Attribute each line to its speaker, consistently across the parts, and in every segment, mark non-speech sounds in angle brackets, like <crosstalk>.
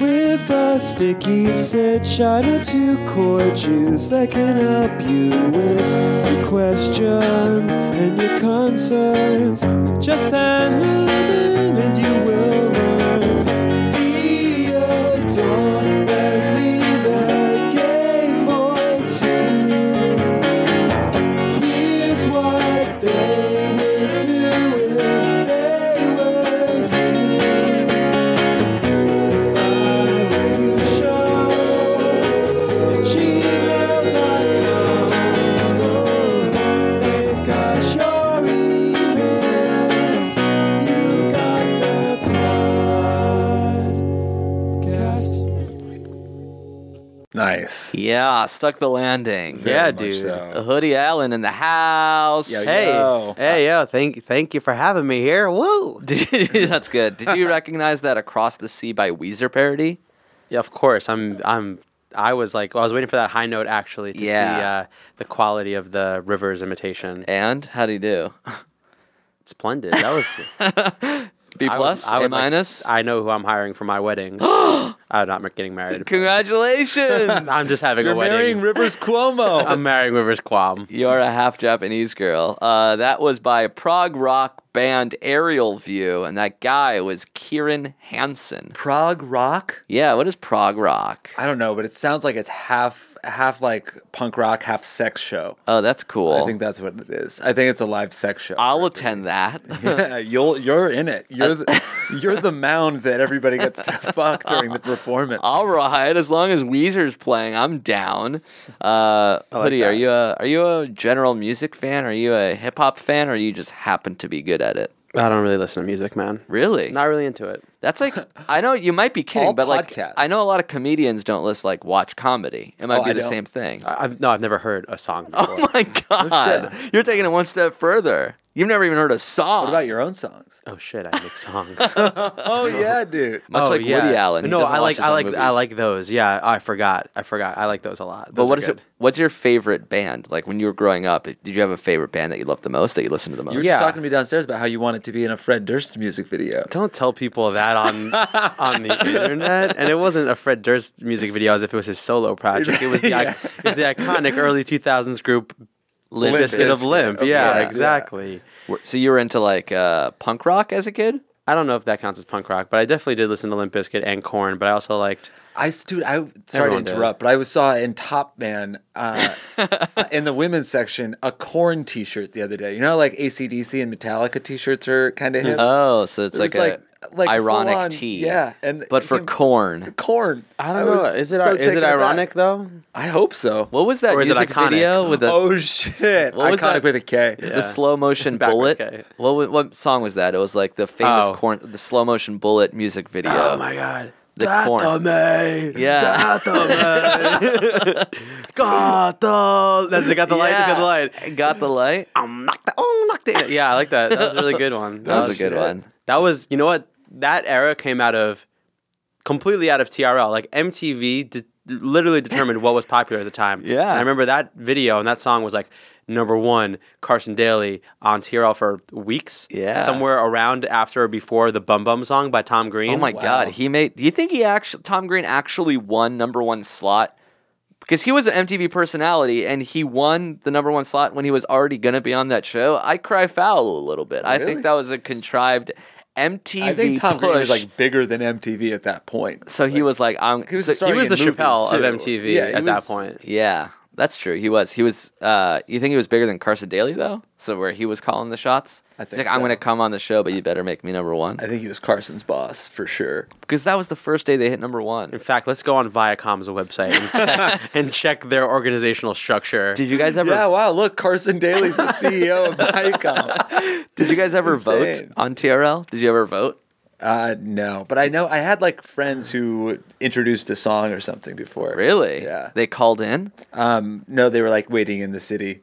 Speaker 1: with a sticky sit, shine a two core juice that can help you with your questions and your concerns. Just send them in and you will learn. Theodore Leslie, the Game Boy 2. Here's what they would do if they were you. It's a fire where you show at gmail.com. Oh, they've got your emails. You've got the podcast.
Speaker 2: Nice.
Speaker 3: Yeah, stuck the landing.
Speaker 2: Very
Speaker 4: yeah,
Speaker 2: much
Speaker 4: dude.
Speaker 2: so.
Speaker 3: A Hoodie Allen in the house.
Speaker 2: Yo,
Speaker 4: Hey,
Speaker 3: <laughs>
Speaker 2: Yo.
Speaker 4: hey, yo! Thank, thank you for having me here. Woo!
Speaker 3: Did- that's good. Did you recognize that "Across the Sea" by Weezer parody?
Speaker 4: Yeah, of course. I'm, I'm. I was like, well, I was waiting for that high note actually to see
Speaker 3: Yeah.
Speaker 4: uh, the quality of the Rivers imitation.
Speaker 3: And how do you do?
Speaker 4: Splendid. That was
Speaker 3: B
Speaker 4: I would-
Speaker 3: plus,
Speaker 4: I would
Speaker 3: A
Speaker 4: like-
Speaker 3: minus.
Speaker 4: I know who I'm hiring for my wedding. I'm not getting married.
Speaker 3: Congratulations!
Speaker 4: <laughs> I'm just having
Speaker 2: You're
Speaker 4: a wedding.
Speaker 2: marrying
Speaker 4: <laughs>
Speaker 2: Rivers Cuomo.
Speaker 4: I'm marrying Rivers Quam.
Speaker 3: You're a half Japanese girl. Uh, that was by prog rock band Aerial View, and that guy was Kieran Hansen.
Speaker 2: Prague rock?
Speaker 3: Yeah, what is prog rock?
Speaker 2: I don't know, but it sounds like it's half half like punk rock, half sex show.
Speaker 3: Oh, that's cool.
Speaker 2: I think that's what it is. I think it's a live sex show.
Speaker 3: I'll attend that.
Speaker 2: Yeah, <laughs> you'll you're in it. You're <laughs> the, you're the mound that everybody gets <laughs> to fuck during the performance.
Speaker 3: All right, as long as Weezer's playing, I'm down. Uh, Hoodie, are
Speaker 2: that.
Speaker 3: you a are you a general music fan? Are you a hip hop fan? Or you just happen to be good at it?
Speaker 4: I don't really listen to music, man.
Speaker 3: Really?
Speaker 4: Not really into it.
Speaker 3: That's
Speaker 2: <laughs>
Speaker 3: like I know you might be kidding,
Speaker 2: All
Speaker 3: but like
Speaker 2: podcasts.
Speaker 3: I know a lot of comedians don't list like watch comedy. It might
Speaker 2: Oh,
Speaker 3: be
Speaker 2: I
Speaker 3: the
Speaker 2: don't.
Speaker 3: same thing.
Speaker 4: I, I've, no, I've never heard a song. Before.
Speaker 3: <laughs> Oh my god, you're taking it one step further. You've never even heard a song.
Speaker 2: What about your own songs?
Speaker 4: Oh shit! I make songs.
Speaker 2: Oh yeah, dude.
Speaker 3: Much
Speaker 4: oh,
Speaker 3: like
Speaker 4: yeah.
Speaker 3: Woody Allen. He
Speaker 4: No,
Speaker 3: doesn't
Speaker 4: I
Speaker 3: watch
Speaker 4: like
Speaker 3: his
Speaker 4: I
Speaker 3: own
Speaker 4: like I
Speaker 3: movies.
Speaker 4: like those. Yeah, I forgot. I forgot. I like those a lot.
Speaker 3: But
Speaker 4: Those
Speaker 3: what
Speaker 4: are
Speaker 3: is
Speaker 4: good.
Speaker 3: it? What's your favorite band? Like when you were growing up, did you have a favorite band that you loved the most? That you listened to the most?
Speaker 2: You were just talking to me downstairs about how you wanted to be in a Fred Durst music video.
Speaker 4: <laughs> Don't tell people that <laughs> on on the internet. And it wasn't a Fred Durst music video as if it was his solo project. It was the <laughs> ic- it was the iconic early two thousands group Limp
Speaker 2: Limp
Speaker 4: Bizkit of
Speaker 2: Bizkit.
Speaker 4: Limp.
Speaker 2: Okay,
Speaker 4: Yeah,
Speaker 2: yeah.
Speaker 4: exactly.
Speaker 3: Were- So you were into like uh, punk rock as a kid?
Speaker 4: I don't know if that counts as punk rock, but I definitely did listen to Limp Bizkit and Corn. But I also liked
Speaker 2: I s- dude, I sorry to
Speaker 4: Everyone did.
Speaker 2: interrupt, but I was saw in Top Man uh, in the women's section a corn T-shirt the other day. You know, like ACDC and Metallica T-shirts are kind of hip.
Speaker 4: Uh-huh.
Speaker 3: Oh, so it's
Speaker 2: It was
Speaker 3: like, a
Speaker 2: like- like full on-
Speaker 3: ironic tea.
Speaker 2: yeah, and
Speaker 3: but
Speaker 2: it
Speaker 3: for
Speaker 2: came-
Speaker 3: corn.
Speaker 2: corn.
Speaker 4: I don't know.
Speaker 2: was
Speaker 4: Is it
Speaker 2: so
Speaker 4: is it
Speaker 2: taken aback.
Speaker 4: ironic though?
Speaker 2: I hope so.
Speaker 3: What was that
Speaker 4: Or is it
Speaker 3: music
Speaker 4: iconic?
Speaker 3: video with the
Speaker 2: oh shit!
Speaker 3: What was
Speaker 2: Iconic
Speaker 3: that?
Speaker 2: with a K.
Speaker 3: the slow <laughs> motion bullet?
Speaker 4: guy.
Speaker 3: What wa- what song was that? It was like the famous
Speaker 4: Oh.
Speaker 3: corn, the slow motion bullet music video.
Speaker 4: Oh my god.
Speaker 3: The corn.
Speaker 4: Gathame.
Speaker 2: <laughs>
Speaker 3: Yeah.
Speaker 4: Gathame. Gathame. That's it. Got the light. Got the
Speaker 3: <laughs>
Speaker 4: light.
Speaker 3: Got the light.
Speaker 4: I'm knocked out. Oh, knocked it. <laughs> Yeah, I like that. That was a really good
Speaker 3: <laughs>
Speaker 4: one.
Speaker 3: That was a good one.
Speaker 4: That was, you know what? That era came out of completely out of TRL. Like MTV de- literally determined what was popular at the time.
Speaker 3: <laughs> Yeah.
Speaker 4: And I remember that video and that song was like number one, Carson Daly on TRL for weeks.
Speaker 3: Yeah.
Speaker 4: Somewhere around after or before the Bum Bum song by Tom Green.
Speaker 3: Oh my god, he made. Do you think he actually Tom Green actually won number one slot? Because he was an MTV personality and he won the number one slot when he was already gonna be on that show. I cry foul a little bit. I
Speaker 2: Really?
Speaker 3: think that was a contrived MTV
Speaker 2: I think Tom
Speaker 3: push.
Speaker 2: Green was like bigger than MTV at that point.
Speaker 3: so he was like, I'm.
Speaker 2: He was
Speaker 3: so-
Speaker 4: He
Speaker 2: starring
Speaker 4: was the
Speaker 2: in movies,
Speaker 4: Chappelle
Speaker 2: too.
Speaker 4: of MTV
Speaker 2: Yeah, he
Speaker 4: at that
Speaker 2: was-
Speaker 4: point.
Speaker 3: yeah, that's true. He was. He was. Uh, you think he was bigger than Carson Daly though? So where he was calling the shots.
Speaker 2: I
Speaker 3: He's
Speaker 2: think
Speaker 3: like,
Speaker 2: so.
Speaker 3: I'm gonna come on the show, but you better make me number one
Speaker 2: I think he was Carson's boss for sure.
Speaker 3: because that was the first day they hit number one.
Speaker 4: In fact, let's go on Viacom's website
Speaker 3: <laughs>
Speaker 4: and, and check their organizational structure.
Speaker 3: Did you guys ever?
Speaker 2: Yeah, wow, look, Carson Daly's
Speaker 4: <laughs>
Speaker 2: the CEO of Viacom.
Speaker 3: Did you guys ever vote
Speaker 2: Insane.
Speaker 3: on TRL? Did you ever vote?
Speaker 2: Uh, no, but I know I had like friends who introduced a song or something before.
Speaker 3: Really?
Speaker 2: Yeah.
Speaker 3: They called in.
Speaker 2: No, they were like waiting in the city.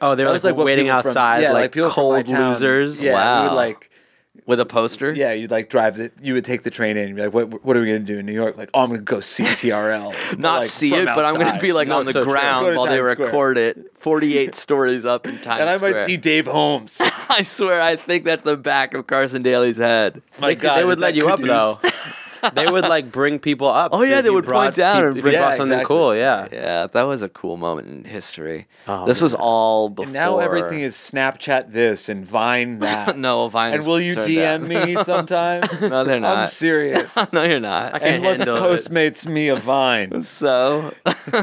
Speaker 4: oh, they were
Speaker 2: That
Speaker 4: like,
Speaker 2: was, what
Speaker 4: waiting
Speaker 2: people from-
Speaker 4: outside,
Speaker 2: yeah,
Speaker 4: like,
Speaker 2: people from my
Speaker 4: cold
Speaker 2: town-
Speaker 4: losers.
Speaker 2: Yeah, we
Speaker 3: Wow.
Speaker 2: would like
Speaker 3: With a poster?
Speaker 2: yeah, you'd like drive the you would take the train in and be like, what what are we gonna do in New York? Like, oh, I'm gonna go see
Speaker 3: <laughs>
Speaker 2: TRL. But,
Speaker 3: Not
Speaker 2: like,
Speaker 3: see
Speaker 2: from
Speaker 3: it, but I'm going to
Speaker 2: outside.
Speaker 3: be like
Speaker 4: No,
Speaker 3: on the
Speaker 4: so true.
Speaker 2: Go
Speaker 3: ground
Speaker 2: to
Speaker 3: while they
Speaker 2: Times Square.
Speaker 3: record it 48 stories up in Times
Speaker 2: and I
Speaker 3: Square.
Speaker 2: might see Dave Holmes.
Speaker 3: <laughs> I swear, I think that's the back of Carson Daly's head.
Speaker 2: My
Speaker 4: They, they would let you up though. <laughs> they would like bring people up.
Speaker 3: Oh, yeah,
Speaker 4: if
Speaker 3: they
Speaker 4: you
Speaker 3: would point
Speaker 4: brought
Speaker 3: down
Speaker 4: peop-
Speaker 3: and
Speaker 4: if
Speaker 3: bring-
Speaker 4: you brought
Speaker 2: Yeah,
Speaker 4: something
Speaker 2: exactly.
Speaker 4: cool. Yeah.
Speaker 3: Yeah, that was a cool moment in history.
Speaker 4: Oh,
Speaker 3: this was all before.
Speaker 2: And now everything is Snapchat this and Vine that.
Speaker 3: <laughs> No, Vine
Speaker 2: And
Speaker 3: is
Speaker 2: will you
Speaker 3: turned
Speaker 2: DM
Speaker 3: down.
Speaker 2: me sometime?
Speaker 3: <laughs> No, they're
Speaker 2: I'm
Speaker 3: not.
Speaker 2: serious.
Speaker 3: <laughs> no, you're not.
Speaker 4: can't
Speaker 2: and what's
Speaker 4: handle it.
Speaker 2: Postmates me a Vine?
Speaker 3: So,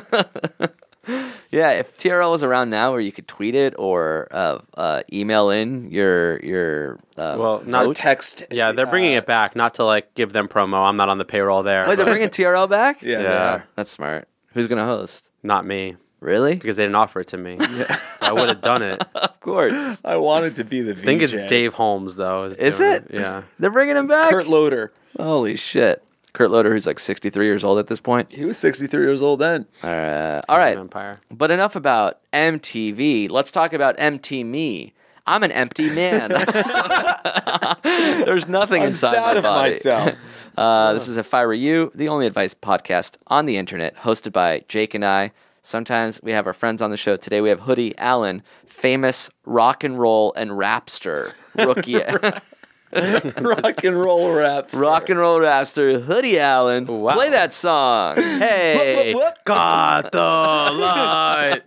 Speaker 3: <laughs> yeah, if TRL was around now, where you could tweet it or uh, uh, email in your your uh,
Speaker 4: Well, not
Speaker 3: vote.
Speaker 2: Text.
Speaker 4: Yeah, they're bringing it back, not to like give them promo. I'm not on the payroll there.
Speaker 3: Wait, Oh, they're
Speaker 4: but
Speaker 3: bringing TRL back?
Speaker 2: Yeah, they
Speaker 4: Yeah.
Speaker 2: are.
Speaker 3: that's smart. Who's gonna host?
Speaker 4: not me
Speaker 3: Really?
Speaker 4: because they didn't offer it to me. <laughs> I would have done it. I
Speaker 3: Of course.
Speaker 2: I wanted to be the VJ.
Speaker 4: think it's Dave Holmes though.
Speaker 3: Is
Speaker 4: doing
Speaker 3: it?
Speaker 4: Yeah.
Speaker 3: They're bringing him back.
Speaker 2: Kurt Loder.
Speaker 3: Holy shit. Kurt Loder, who's like 63 years old at this point.
Speaker 2: He was 63 years old then. <laughs>
Speaker 3: Uh, all right.
Speaker 4: Empire.
Speaker 3: But enough about MTV. Let's talk about MT me. I'm an empty man. <laughs> There's nothing
Speaker 2: I'm
Speaker 3: inside
Speaker 2: sad
Speaker 3: my
Speaker 2: of
Speaker 3: body.
Speaker 2: myself.
Speaker 3: <laughs> Uh, this is If I Were You, the only advice podcast on the internet, hosted by Jake and I. Sometimes we have our friends on the show. Today we have Hoodie Allen, famous rock and roll and rapster, rookie
Speaker 2: <laughs>
Speaker 3: <laughs>
Speaker 2: Rock and roll raps.
Speaker 3: rock and roll rapster, Hoodie Allen.
Speaker 4: Wow.
Speaker 3: Play
Speaker 2: <laughs>
Speaker 3: that song.
Speaker 4: Hey,
Speaker 2: whoop.
Speaker 4: got the light.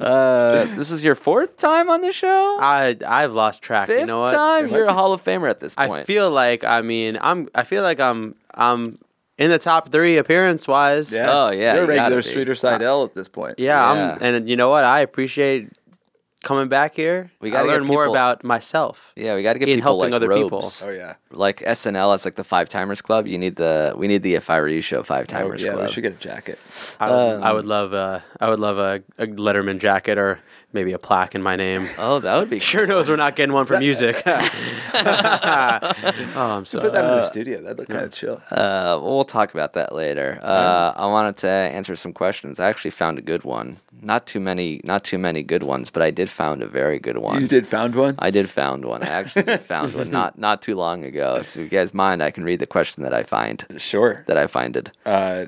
Speaker 3: Uh, this is your fourth time on the show.
Speaker 4: I I've lost track.
Speaker 3: Fifth
Speaker 4: you know what?
Speaker 3: time, you're a Hall of Famer at this point.
Speaker 4: I feel like I mean I'm I feel like I'm I'm in the top three appearance wise.
Speaker 2: Yeah. You're
Speaker 3: Oh, yeah,
Speaker 2: a
Speaker 3: you gotta
Speaker 2: regular
Speaker 3: be.
Speaker 2: Streeter Seidel at this point.
Speaker 4: Yeah,
Speaker 3: Yeah.
Speaker 4: I'm, and you know what? I appreciate coming back here.
Speaker 3: We
Speaker 4: We got
Speaker 3: gotta
Speaker 4: to
Speaker 3: get
Speaker 4: learn more
Speaker 3: people-
Speaker 4: about myself.
Speaker 3: Yeah, we got to get
Speaker 4: in
Speaker 3: people
Speaker 4: helping
Speaker 3: like
Speaker 4: other people.
Speaker 3: robes.
Speaker 2: Oh, yeah.
Speaker 3: Like SNL as like the Five Timers Club. You need the we need the If I Were You show Five
Speaker 2: Oh,
Speaker 3: Timers
Speaker 2: yeah,
Speaker 3: Club.
Speaker 2: we should get a jacket.
Speaker 4: I would,
Speaker 3: Um,
Speaker 4: I would love a I would love a, a Letterman jacket or maybe a plaque in my name. <laughs>
Speaker 3: oh, that would be
Speaker 4: Sure knows we're not getting one for
Speaker 3: <laughs>
Speaker 4: music. <laughs> oh, I'm so
Speaker 2: Put that
Speaker 4: sorry.
Speaker 2: in the studio. That'd look kind of chill.
Speaker 3: Uh, we'll talk about that later. Uh, I wanted to answer some questions. I actually found a good one. Not too many, not too many good ones, but I did found a very good one.
Speaker 2: you did found one?
Speaker 3: I did found one. I actually
Speaker 4: <laughs>
Speaker 3: did found one not not too long ago. If you guys mind, I can read the question that I find
Speaker 2: sure.
Speaker 3: that I finded.
Speaker 2: Uh,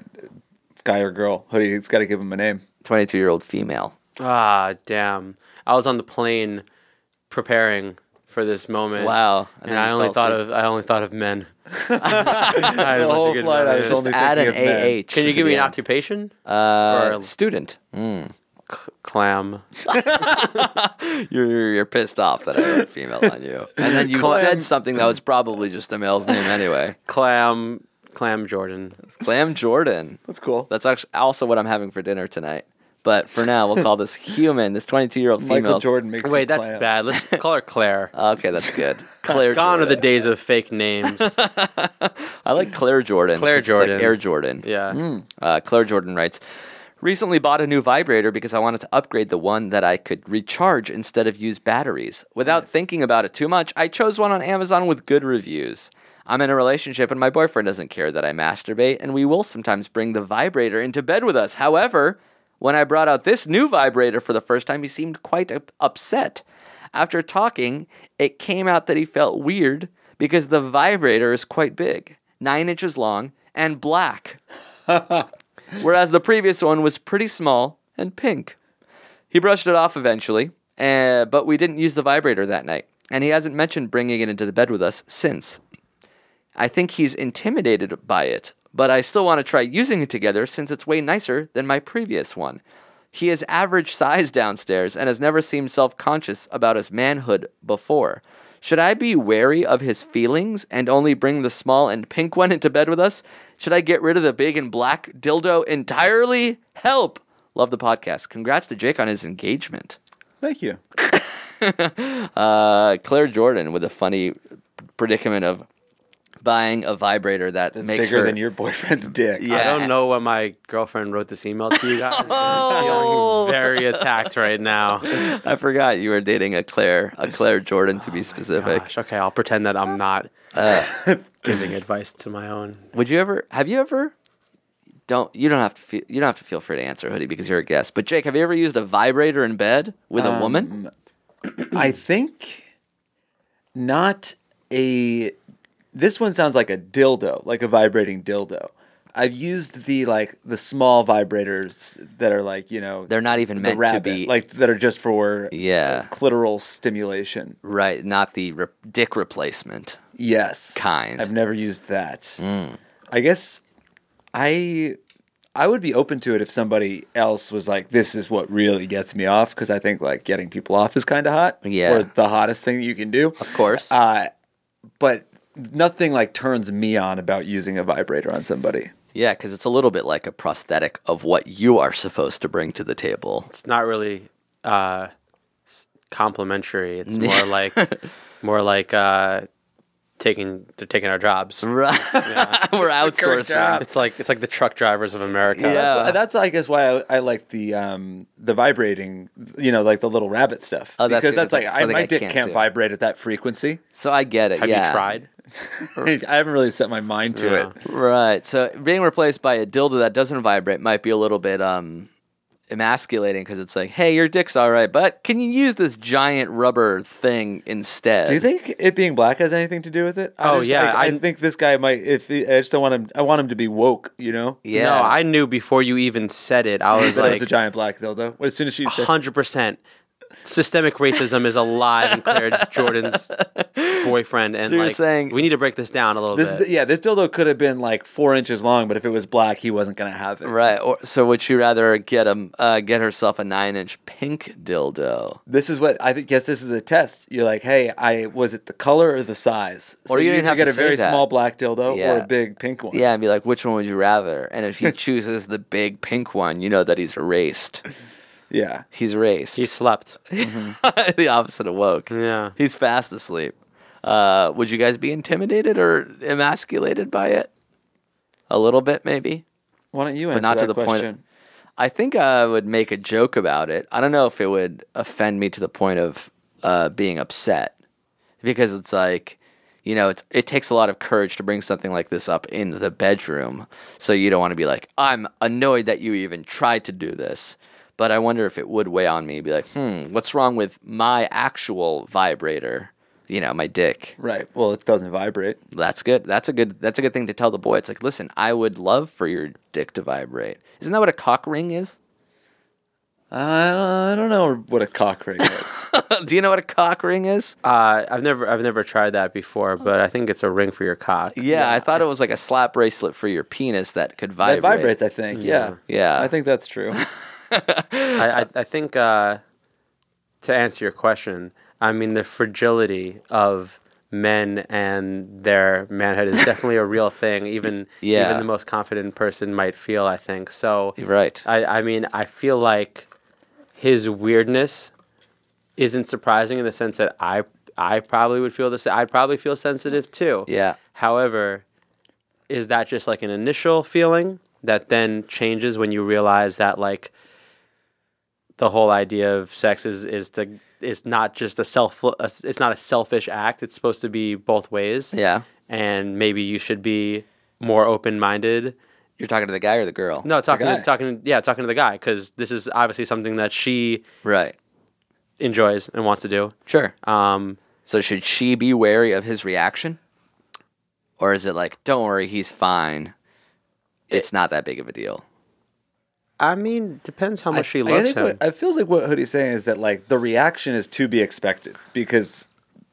Speaker 2: guy or girl. Hoodie, it's got to give him a name.
Speaker 3: Twenty two year old female.
Speaker 4: Ah, damn. I was on the plane preparing for this moment.
Speaker 3: Wow.
Speaker 4: And, I only
Speaker 3: fell
Speaker 4: thought
Speaker 3: asleep.
Speaker 4: of I only thought
Speaker 2: <laughs>
Speaker 4: of men. <laughs> I
Speaker 2: The whole flight, I was only
Speaker 3: add an
Speaker 2: thinking of men.
Speaker 3: AH.
Speaker 4: Can
Speaker 3: to
Speaker 4: you
Speaker 3: the
Speaker 4: give me
Speaker 3: end.
Speaker 4: an occupation?
Speaker 3: Uh,
Speaker 4: Or-
Speaker 3: student. Mm.
Speaker 4: Clam.
Speaker 3: You're you're pissed off that I wrote female on you, and then you said something that was probably just a male's name anyway.
Speaker 4: Clam. Clam Jordan.
Speaker 3: Clam Jordan.
Speaker 2: That's cool.
Speaker 3: That's actually also what I'm having for dinner tonight. But for now, we'll call this human, this 22 year old female.
Speaker 2: Michael Jordan makes
Speaker 4: Wait,
Speaker 2: some
Speaker 4: that's
Speaker 2: clams.
Speaker 4: bad. Let's <laughs> call her Claire.
Speaker 3: Okay, that's good. Uh, Claire
Speaker 4: Gone are
Speaker 3: Jordan.
Speaker 4: the days of fake names.
Speaker 3: I like Claire Jordan.
Speaker 4: Claire
Speaker 3: 'cause it's like
Speaker 4: Jordan.
Speaker 3: Air Jordan.
Speaker 4: Yeah.
Speaker 3: Uh, Claire Jordan writes Recently bought a new vibrator because I wanted to upgrade the one that I could recharge instead of use batteries. Without thinking about it too much, I chose one on Amazon with good reviews. I'm in a relationship and my boyfriend doesn't care that I masturbate, and we will sometimes bring the vibrator into bed with us. However, when I brought out this new vibrator for the first time, he seemed quite up- upset. After talking, it came out that he felt weird because the vibrator is quite big, nine inches long, and black whereas the previous one was pretty small and pink. He brushed it off eventually, uh, but we didn't use the vibrator that night, and he hasn't mentioned bringing it into the bed with us since. I think he's intimidated by it, but I still want to try using it together since it's way nicer than my previous one. He is average size downstairs and has never seemed self conscious about his manhood before. Should I be wary of his feelings and only bring the small and pink one into bed with us? Should I get rid of the big and black dildo entirely? Help! Love the podcast. Congrats to Jake on his engagement.
Speaker 2: Thank you.
Speaker 3: Uh, Claire Jordan with a funny predicament of buying a vibrator that
Speaker 2: That's
Speaker 3: makes
Speaker 2: bigger
Speaker 3: her
Speaker 2: than your boyfriend's dick.
Speaker 3: Yeah.
Speaker 4: I don't know why my girlfriend wrote this email to you guys. I'm feeling very attacked right now.
Speaker 3: I forgot you were dating a Claire, a Claire Jordan
Speaker 2: Oh
Speaker 3: to be specific.
Speaker 4: Gosh, okay, I'll pretend that I'm not <laughs> giving advice to my own.
Speaker 3: Would you ever? Have you ever? Don't you don't have to feel you don't have to feel free to answer, hoodie, because you're a guest. But Jake, have you ever used a vibrator in bed with a
Speaker 2: Um,
Speaker 3: woman?
Speaker 2: I think not a. This one sounds like a dildo, like a vibrating dildo. I've used the like the small vibrators that are like you know
Speaker 3: They're not even
Speaker 2: the
Speaker 3: meant to
Speaker 2: rabbit,
Speaker 3: be
Speaker 2: like that are just for
Speaker 3: Yeah.
Speaker 2: clitoral stimulation.
Speaker 3: right, not the re- dick replacement.
Speaker 2: Yes,
Speaker 3: Kind. Mm.
Speaker 2: I've never used that. I guess I I would be open to it if somebody else was like, "This is what really gets me off," because I think like getting people off is kind of hot,
Speaker 3: Yeah.
Speaker 2: or the hottest thing that you can do,
Speaker 3: Of course.
Speaker 2: Uh, but nothing like turns me on about using a vibrator on somebody.
Speaker 3: yeah, because it's a little bit like a prosthetic of what you are supposed to bring to the table. <laughs>
Speaker 4: It's not really uh, s- complimentary. It's more like more like uh, taking they're taking our jobs.
Speaker 3: Right, we're outsourcing.
Speaker 4: It's like it's like the truck drivers of America.
Speaker 2: Uh, That's, why, that's I guess why I, I like the um, the vibrating, you know, like the little rabbit stuff.
Speaker 3: Oh, that's
Speaker 2: because
Speaker 3: good.
Speaker 2: that's
Speaker 3: That's
Speaker 2: like, I,
Speaker 3: something
Speaker 2: my
Speaker 3: I
Speaker 2: dick
Speaker 3: can't
Speaker 2: can't,
Speaker 3: do.
Speaker 2: vibrate at that frequency.
Speaker 3: So I get it.
Speaker 4: Have
Speaker 3: yeah.
Speaker 4: you tried?
Speaker 2: <laughs> I haven't really set my mind to it.
Speaker 3: Right. So being replaced by a dildo that doesn't vibrate might be a little bit um emasculating because it's like, hey, your dick's all right, but can you use this giant rubber thing instead?
Speaker 2: Do you think it being black has anything to do with it? I
Speaker 4: Oh,
Speaker 2: just-
Speaker 4: yeah,
Speaker 2: I, I
Speaker 4: I-
Speaker 2: think this guy might. If he, I just don't want him, I want him to be woke. You know,
Speaker 3: Yeah.
Speaker 4: No, I knew before you even said it. I was
Speaker 2: that it was
Speaker 4: like
Speaker 2: a giant black dildo. Well, as soon as she said,
Speaker 4: hundred percent. Systemic racism is alive in Claire Jordan's boyfriend, and
Speaker 3: So you're
Speaker 4: like
Speaker 3: saying-
Speaker 4: we need to break this down a little
Speaker 2: this,
Speaker 4: bit.
Speaker 2: yeah, this dildo could have been like four inches long, but if it was black, he wasn't gonna have it.
Speaker 3: Right. Or, so would she rather get a, uh, get herself a nine inch pink dildo?
Speaker 2: This is what I think. Guess this is a test. You're like, hey, I was it the color or the size?
Speaker 3: Or you
Speaker 2: either
Speaker 3: didn't have
Speaker 2: get
Speaker 3: to
Speaker 2: a very
Speaker 3: say that.
Speaker 2: small black dildo or
Speaker 3: Yeah.
Speaker 2: a big pink one.
Speaker 3: Yeah, and be like, which one would you rather?
Speaker 2: <laughs>
Speaker 3: And if he chooses the big pink one, you know that he's erased.
Speaker 2: yeah.
Speaker 3: He's erased.
Speaker 4: He slept.
Speaker 3: <laughs> the opposite of woke.
Speaker 4: Yeah.
Speaker 3: He's fast asleep. Uh, would you guys be intimidated or emasculated by it? A little bit, maybe.
Speaker 2: Why don't you answer
Speaker 3: not
Speaker 2: that
Speaker 3: to the point-
Speaker 2: question?
Speaker 3: I think I would make a joke about it. I don't know if it would offend me to the point of uh, being upset because it's like, you know, it's it takes a lot of courage to bring something like this up in the bedroom. So you don't want to be like, I'm annoyed that you even tried to do this. But I wonder if it would weigh on me, be like, hmm, what's wrong with my actual vibrator? You know, my dick.
Speaker 2: Right. Well, it doesn't vibrate.
Speaker 3: That's good. That's a good. That's a good thing to tell the boy. It's like, listen, I would love for your dick to vibrate. Isn't that what a cock ring is? <laughs> Uh,
Speaker 2: I don't know what a cock <laughs> ring is.
Speaker 3: Do you know what a cock ring is?
Speaker 4: Uh, I've never, I've never tried that before, but I think it's a ring for your cock.
Speaker 3: Hmm. yeah, I thought it was like a slap bracelet for your penis that could
Speaker 2: that
Speaker 3: vibrate. Mm-hmm.
Speaker 2: vibrates, I think. Yeah.
Speaker 3: Yeah.
Speaker 2: I think that's true.
Speaker 4: I, I, I think uh, to answer your question, I mean the fragility of men and their manhood is definitely
Speaker 3: <laughs>
Speaker 4: a real thing. Even
Speaker 3: Yeah.
Speaker 4: even the most confident person might feel. I think so.
Speaker 3: You're right.
Speaker 4: I, I mean I feel like his weirdness isn't surprising in the sense that I I probably would feel this. I'd probably feel sensitive too.
Speaker 3: Yeah.
Speaker 4: However, is that just like an initial feeling that then changes when you realize that like the whole idea of sex is is to is not just a self it's not a selfish act. It's supposed to be both ways.
Speaker 3: Yeah.
Speaker 4: And maybe you should be more open minded.
Speaker 3: You're talking to the guy or the girl?
Speaker 4: No, talking
Speaker 2: guy.
Speaker 4: to, talking yeah, talking to the guy because this is obviously something that she
Speaker 3: Right.
Speaker 4: enjoys and wants to do.
Speaker 3: Sure.
Speaker 4: Um,
Speaker 3: So should she be wary of his reaction, or is it like, don't worry, he's fine. It's not that big of a deal.
Speaker 4: I mean, depends how
Speaker 2: I-
Speaker 4: much she
Speaker 2: I
Speaker 4: loves
Speaker 2: think
Speaker 4: him.
Speaker 2: what- it feels like what Hoodie's saying is that like the reaction is to be expected because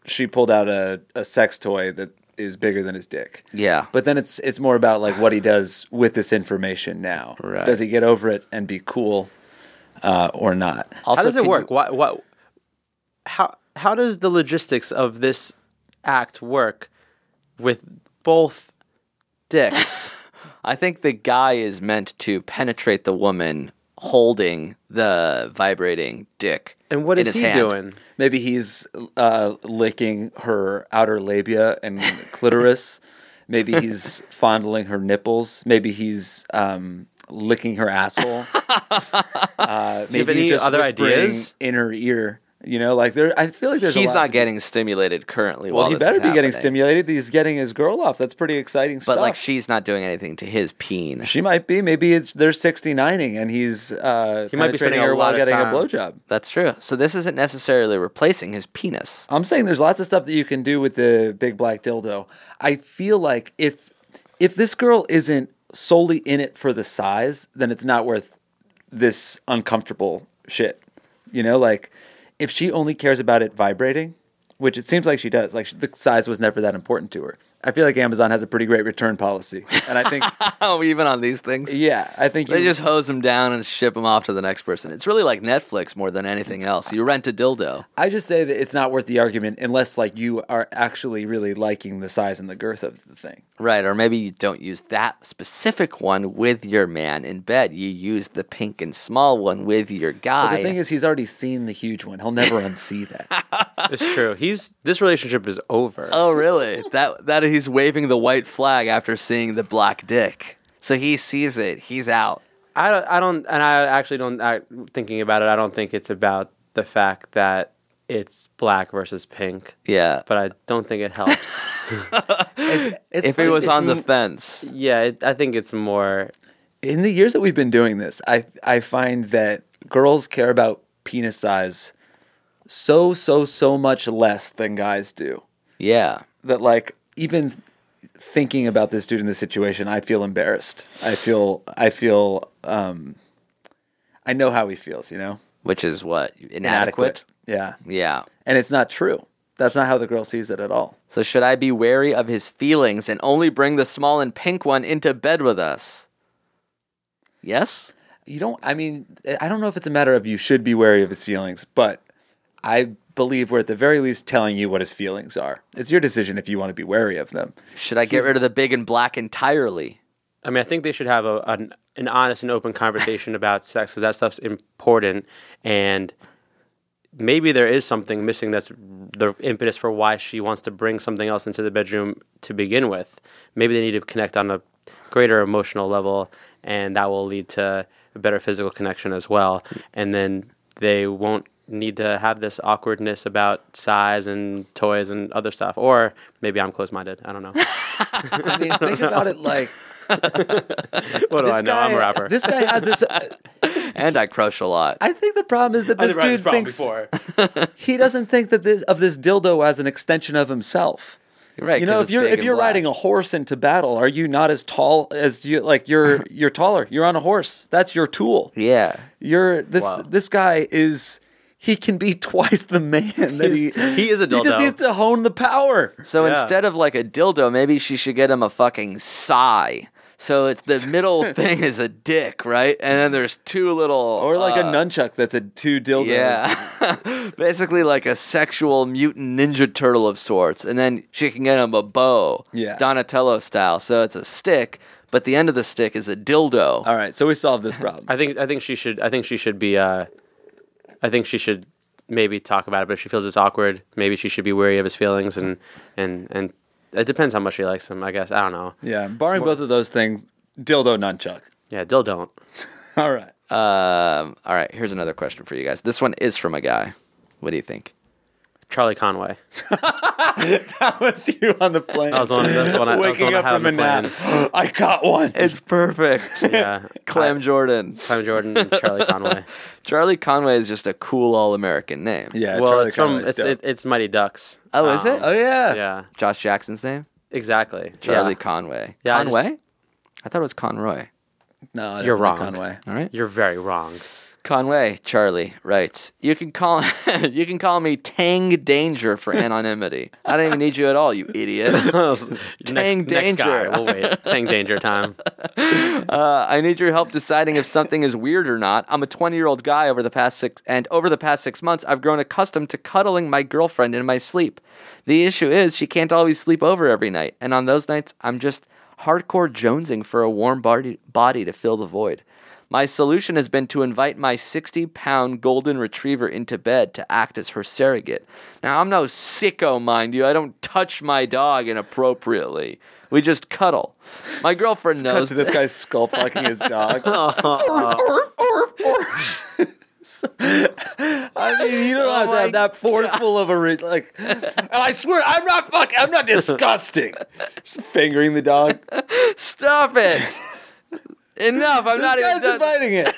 Speaker 2: she pulled out a, a sex toy that is bigger than his dick.
Speaker 3: Yeah.
Speaker 2: But then it's it's more about like what he does with this information
Speaker 4: <sighs>
Speaker 2: now.
Speaker 3: Right.
Speaker 2: Does he get over it and be cool uh, or not?
Speaker 3: Also,
Speaker 4: how does it
Speaker 3: can
Speaker 4: work?
Speaker 3: you-
Speaker 4: What what how how does the logistics of this act work with both <laughs> dicks?
Speaker 3: I think the guy is meant to penetrate the woman holding the vibrating dick.
Speaker 4: and what
Speaker 3: in
Speaker 4: is
Speaker 3: his
Speaker 4: he
Speaker 3: hand.
Speaker 4: doing?
Speaker 2: Maybe he's uh, licking her outer labia and
Speaker 4: <laughs>
Speaker 2: clitoris. Maybe he's fondling her nipples. Maybe he's um, licking her
Speaker 4: <laughs>
Speaker 2: asshole. Uh,
Speaker 4: you have any other
Speaker 2: whispering
Speaker 4: ideas?
Speaker 2: in her ear? You know, like there. I feel like there's. a
Speaker 3: He's
Speaker 2: lot
Speaker 3: not
Speaker 2: to-
Speaker 3: getting stimulated currently.
Speaker 2: Well,
Speaker 3: while
Speaker 2: he
Speaker 3: this is
Speaker 2: better be getting
Speaker 3: happening.
Speaker 2: stimulated. He's getting his girl off. That's pretty exciting
Speaker 3: But
Speaker 2: stuff.
Speaker 3: like, she's not doing anything to his peen.
Speaker 2: she might be. Maybe it's they're 69ing and he's uh,
Speaker 4: He might
Speaker 2: penetrating
Speaker 4: be spending a
Speaker 2: her while
Speaker 4: lot of
Speaker 2: getting a
Speaker 4: time.
Speaker 2: blowjob.
Speaker 3: That's true. So this isn't necessarily replacing his penis.
Speaker 2: I'm saying there's lots of stuff that you can do with the big black dildo. I feel like if if this girl isn't solely in it for the size, then it's not worth this uncomfortable shit. You know, like if she only cares about it vibrating, which it seems like she does, like the size was never that important to her. I feel like Amazon has a pretty great return policy, and I
Speaker 3: <laughs>
Speaker 2: think
Speaker 3: <laughs> Oh, even on these things.
Speaker 2: yeah, I think
Speaker 3: They
Speaker 2: you-
Speaker 3: just hose them down and ship them off to the next person. It's really like Netflix more than anything else. You rent a dildo.
Speaker 2: I just say that it's not worth the argument unless like you are actually really liking the size and the girth of the thing.
Speaker 3: Right, or maybe you don't use that specific one with your man in bed. You use the pink and small one with your
Speaker 2: But
Speaker 3: guy.
Speaker 2: the thing is, he's already seen the huge one. He'll never unsee that.
Speaker 4: It's true. He's this relationship is over.
Speaker 3: <laughs> oh, <laughs> really? that that he's waving the white flag after seeing the black dick. So he sees it. He's out.
Speaker 4: I don't, I don't, and I actually don't. I, thinking about it, I don't think it's about the fact that it's black versus pink,
Speaker 3: Yeah.
Speaker 4: but I don't think it <laughs> helps.
Speaker 2: <laughs> It's
Speaker 3: if it
Speaker 2: funny
Speaker 3: was
Speaker 2: that
Speaker 3: on the
Speaker 2: you-
Speaker 3: fence,
Speaker 4: yeah, it, I think it's more.
Speaker 2: in the years that we've been doing this, I I find that girls care about penis size so so so much less than guys do.
Speaker 3: yeah.
Speaker 2: That like even thinking about this dude in this situation, I feel embarrassed. I feel I feel um, I know how he feels. You know,
Speaker 3: Which is what inadequate.
Speaker 2: Yeah,
Speaker 3: Yeah.
Speaker 2: and it's not true. That's not how the girl sees it at all.
Speaker 3: So should I be wary of his feelings and only bring the small and pink one into bed with us? Yes.
Speaker 2: you don't i mean i don't know if it's a matter of you should be wary of his feelings but i believe we're at the very least telling you what his feelings are it's your decision if you want to be wary of them
Speaker 3: Should I get rid of the big and black entirely?
Speaker 4: I mean, I think they should have a, an, an honest and open conversation about sex because that stuff's important, and maybe there is something missing. That's the impetus for why she wants to bring something else into the bedroom to begin with. Maybe they need to connect on a greater emotional level, and that will lead to a better physical connection as well. And then they won't need to have this awkwardness about size and toys and other stuff. Or maybe I'm closed-minded. I
Speaker 2: <laughs>
Speaker 4: don't know.
Speaker 2: i mean think about it like
Speaker 4: what do Oh, I
Speaker 2: this
Speaker 4: know? I'm a
Speaker 2: guy-
Speaker 4: rapper.
Speaker 2: this guy has this
Speaker 3: And I crush a lot.
Speaker 2: i think the problem is
Speaker 4: <laughs>
Speaker 2: that this dude thinks he doesn't think that this of this dildo as an extension of himself
Speaker 3: right.
Speaker 2: you know
Speaker 3: 'cause
Speaker 2: if
Speaker 3: it's
Speaker 2: you're
Speaker 3: big
Speaker 2: if
Speaker 3: and
Speaker 2: you're
Speaker 3: black.
Speaker 2: riding a horse into battle are you not as tall as you like you're you're taller you're on a horse that's your tool
Speaker 3: <laughs> yeah.
Speaker 2: You're this this guy is he can be <laughs> twice the man that he
Speaker 4: He's- he is a
Speaker 2: He just
Speaker 4: dildo.
Speaker 2: needs to hone the power.
Speaker 3: So
Speaker 4: Yeah.
Speaker 3: instead of like a dildo, maybe she should get him a fucking sigh. So it's the <laughs> middle thing is a dick, right? And then there's two little
Speaker 2: Or like
Speaker 3: uh,
Speaker 2: a nunchuck that's a two dildos.
Speaker 3: Yeah. <laughs> Basically like a sexual mutant ninja turtle of sorts. And then she can get him a bow.
Speaker 2: Yeah.
Speaker 3: Donatello style. So it's a stick, but the end of the stick is a
Speaker 2: <laughs>
Speaker 3: dildo.
Speaker 2: All right, so we solved this problem.
Speaker 4: <laughs> I think I think she should I think she should be uh I think she should maybe talk about it, but if she feels it's awkward, maybe she should be wary of his feelings and and and it depends how much she likes him, I guess. I don't know.
Speaker 2: yeah, barring both of those things, dildo nunchuck.
Speaker 4: Yeah, Dill don't.
Speaker 2: All right. <laughs>
Speaker 3: Um, all right, here's another question for you guys. This one is from a guy. What do you think?
Speaker 4: Charlie Conway.
Speaker 2: That was you on the plane.
Speaker 4: That was the one that's the one I, that was the
Speaker 2: Waking
Speaker 4: one I
Speaker 2: up
Speaker 4: had on
Speaker 2: from
Speaker 4: the
Speaker 2: a nap.
Speaker 4: plan.
Speaker 2: <gasps> I got one.
Speaker 3: It's <laughs> perfect.
Speaker 2: <laughs>
Speaker 4: Yeah.
Speaker 3: Clam Jordan.
Speaker 4: Clem Jordan and Charlie Conway.
Speaker 3: Charlie Conway is just a cool all American name.
Speaker 2: yeah,
Speaker 4: well
Speaker 2: Charlie
Speaker 4: it's from
Speaker 2: Conway's
Speaker 4: it's
Speaker 2: dope.
Speaker 4: it, it's Mighty Ducks.
Speaker 3: Oh, is it?
Speaker 4: Um,
Speaker 3: Oh,
Speaker 2: yeah.
Speaker 4: Yeah.
Speaker 3: Josh Jackson's name?
Speaker 4: Exactly.
Speaker 3: Charlie
Speaker 4: Yeah.
Speaker 3: Conway.
Speaker 4: Yeah, I just-
Speaker 3: Conway? I thought it was Conroy.
Speaker 2: No, definitely
Speaker 4: You're wrong.
Speaker 2: Conway.
Speaker 3: All right.
Speaker 4: You're
Speaker 3: <laughs>
Speaker 4: very wrong.
Speaker 3: Conway Charlie writes, "You can call <laughs> you can call me Tang Danger for anonymity. I don't even need you at all, you idiot.
Speaker 4: <laughs> Tang
Speaker 3: Tang
Speaker 4: next, Next guy.
Speaker 3: Danger.
Speaker 4: We'll wait. Tang danger time. <laughs>
Speaker 3: Uh, I need your help deciding if something is weird or not. I'm a 20 year old guy over the past six, and over the past six months, I've grown accustomed to cuddling my girlfriend in my sleep. The issue is she can't always sleep over every night, and on those nights, I'm just hardcore jonesing for a warm body, body to fill the void. My solution has been to invite my 60 pound golden retriever into bed to act as her surrogate. Now, I'm no sicko, mind you. I don't touch my dog inappropriately. We just cuddle. My girlfriend
Speaker 2: Cut
Speaker 3: knows
Speaker 2: to this guy's skull fucking his
Speaker 3: <laughs>
Speaker 2: dog. I mean, you don't
Speaker 3: Oh
Speaker 2: have to have that forceful of a re- like. I swear, I'm not fuck. I'm not disgusting. Just fingering the dog.
Speaker 3: <laughs> Stop
Speaker 2: <laughs>
Speaker 3: it! Enough! I'm not
Speaker 2: This
Speaker 3: even
Speaker 2: guy's
Speaker 3: done.
Speaker 2: inviting it.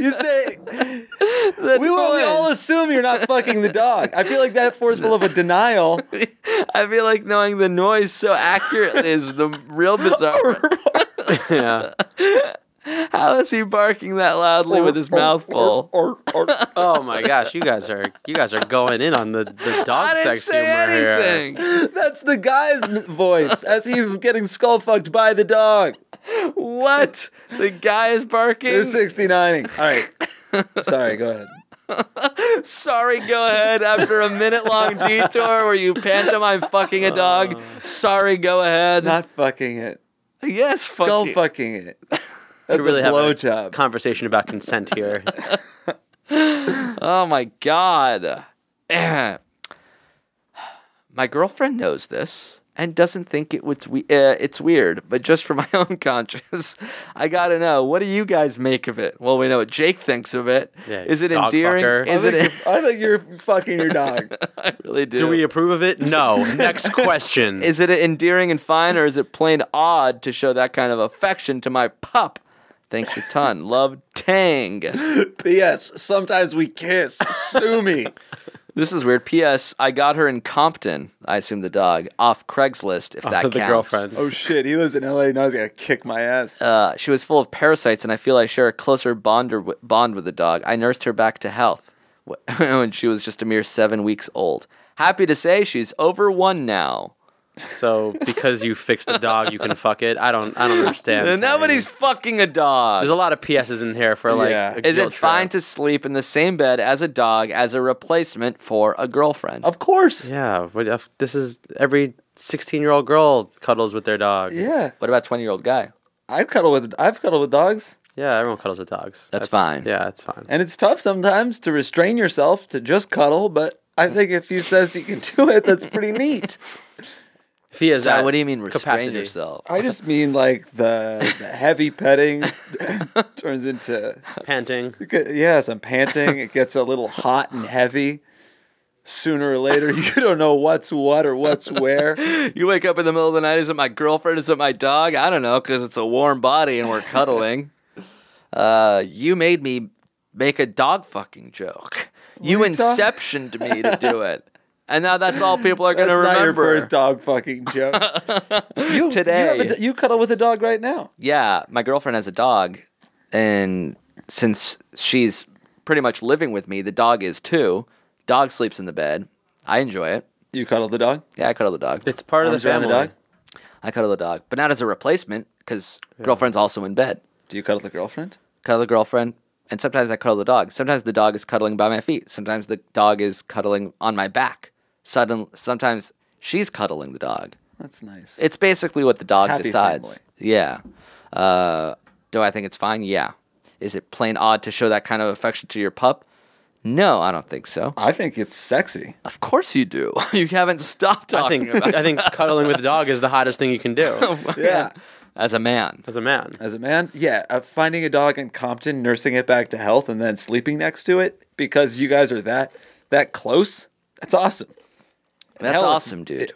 Speaker 2: You say
Speaker 3: The
Speaker 2: we, will- we all
Speaker 3: noise.
Speaker 2: assume you're not fucking the dog. I feel like that forceful of a denial.
Speaker 3: <laughs> I feel like knowing the noise so accurately is the
Speaker 2: <laughs>
Speaker 3: real bizarre.
Speaker 4: Yeah.
Speaker 3: How is he barking that loudly with his mouth full?
Speaker 4: Oh my gosh, you guys are you guys are going in on the, the
Speaker 3: <laughs> I
Speaker 4: dog
Speaker 3: didn't
Speaker 4: sex
Speaker 3: say
Speaker 4: humor here.
Speaker 2: <laughs>
Speaker 3: anything.
Speaker 2: That's the guy's voice as he's getting skull fucked by the dog.
Speaker 3: What? The guy is barking.
Speaker 2: They're 69 <laughs> All right. Sorry, go ahead.
Speaker 3: Sorry, go ahead. After a
Speaker 2: <laughs>
Speaker 3: minute long detour where you pantomime fucking a dog. Sorry, go ahead.
Speaker 2: Uh. Not fucking it.
Speaker 3: yes,
Speaker 2: Skull
Speaker 3: fuck you.
Speaker 2: fucking it. That's
Speaker 4: Should really
Speaker 2: a
Speaker 4: have a
Speaker 2: blowjob.
Speaker 4: conversation about
Speaker 3: <laughs>
Speaker 4: consent here.
Speaker 3: Oh my god. <clears throat> Eh. my girlfriend knows this and doesn't think it was we- uh, it's weird, but just for <laughs> my own conscience, I gotta know. What do you guys make of it? Well, we know what Jake thinks of it. Is
Speaker 4: Yeah,
Speaker 3: it
Speaker 4: dog
Speaker 3: endearing?
Speaker 4: fucker.
Speaker 3: Is
Speaker 2: I
Speaker 3: it? <laughs>
Speaker 4: <laughs>
Speaker 2: think you're- I think you're fucking your <laughs> dog.
Speaker 3: I really do.
Speaker 4: Do we approve of it? No.
Speaker 3: <laughs>
Speaker 4: Next question.
Speaker 3: is it endearing and fine, or is it plain odd to show that kind of affection to my pup? Thanks a
Speaker 4: <laughs>
Speaker 3: ton. Love, Tang.
Speaker 2: P.S. Sometimes we kiss. Sue me.
Speaker 3: This is weird. P.S. I got her in Compton. I assume the dog off Craigslist. If that
Speaker 4: the
Speaker 3: counts.
Speaker 4: girlfriend.
Speaker 2: <laughs> Oh shit, he lives in L.A. Now he's gonna kick my ass.
Speaker 3: Uh, she was full of parasites, and I feel I share a closer bonder w- bond with the dog. I nursed her back to health <laughs> wh- when she was just a mere seven weeks old. Happy to say she's over one now.
Speaker 4: So because you fixed the dog, you can fuck it. I don't I don't understand.
Speaker 3: And nobody's fucking a dog.
Speaker 4: <laughs> There's a lot of PSs in here for like.
Speaker 2: Yeah.
Speaker 4: a
Speaker 3: Is
Speaker 4: guilt
Speaker 3: it fine
Speaker 4: trip.
Speaker 3: to sleep in the same bed as a dog as a replacement for a girlfriend?
Speaker 4: Oh,
Speaker 2: Of course. Yeah.
Speaker 4: Yeah, but if- this is every 16 year old girl cuddles with their dog.
Speaker 3: What about twenty year old guy?
Speaker 2: I've cuddled with I've cuddled with dogs,
Speaker 4: Yeah, everyone cuddles with dogs.
Speaker 3: That's fine.
Speaker 4: Yeah, that's fine.
Speaker 2: and it's tough sometimes to restrain yourself to just cuddle. But I think if he says you can do it, that's pretty neat.
Speaker 4: If he has
Speaker 3: So
Speaker 4: that
Speaker 3: what do you mean restrain
Speaker 4: capacity.
Speaker 3: yourself?
Speaker 2: I just mean like the, the heavy <laughs> petting turns into
Speaker 4: Panting.
Speaker 2: yes, I'm panting. It gets a little hot and heavy. Sooner or later, <laughs> you don't know what's what or what's <laughs> where.
Speaker 3: <laughs> You wake up in the middle of the night. Is it my girlfriend? Is it my dog? I don't know because it's a warm body and
Speaker 2: <laughs>
Speaker 3: we're cuddling. uh, you made me make a dog fucking joke. You inceptioned me to do it, and now that's all people are going
Speaker 2: That's
Speaker 3: to remember.
Speaker 2: not your first dog fucking <laughs> joke. you,
Speaker 3: Today.
Speaker 2: you, have a d- you cuddle with a dog right now.
Speaker 3: Yeah, my girlfriend has a dog, and since she's pretty much living with me, the dog is too. Dog sleeps in the bed. I enjoy it.
Speaker 2: You cuddle the dog.
Speaker 3: Yeah, I cuddle the dog.
Speaker 4: It's part of the
Speaker 2: Arms around
Speaker 4: family.
Speaker 2: the dog.
Speaker 3: I cuddle the dog, but not as a replacement because girlfriend's also in bed.
Speaker 2: Do you cuddle the girlfriend?
Speaker 3: cuddle the girlfriend, and sometimes I cuddle the dog. Sometimes the dog is cuddling by my feet. Sometimes the dog is cuddling on my back. Sudden, sometimes she's cuddling the dog.
Speaker 2: That's nice.
Speaker 3: It's basically what the dog
Speaker 2: Happy
Speaker 3: decides. Yeah. Uh, do I think it's fine? Yeah. Is it plain odd to show that kind of affection to your pup? No, I don't think so.
Speaker 2: I think it's <laughs> sexy.
Speaker 3: Of course you do. <laughs> You haven't stopped <laughs>
Speaker 4: I
Speaker 3: talking
Speaker 4: think
Speaker 3: about
Speaker 4: I think cuddling with the dog is the hottest thing you can do
Speaker 2: Yeah.
Speaker 3: <laughs> as a man.
Speaker 4: as a man.
Speaker 2: As a man, yeah, uh, finding a dog in Compton, nursing it back to health, and then sleeping next to it because you guys are that that close. That's awesome.
Speaker 3: That's
Speaker 2: Hell,
Speaker 3: awesome, dude.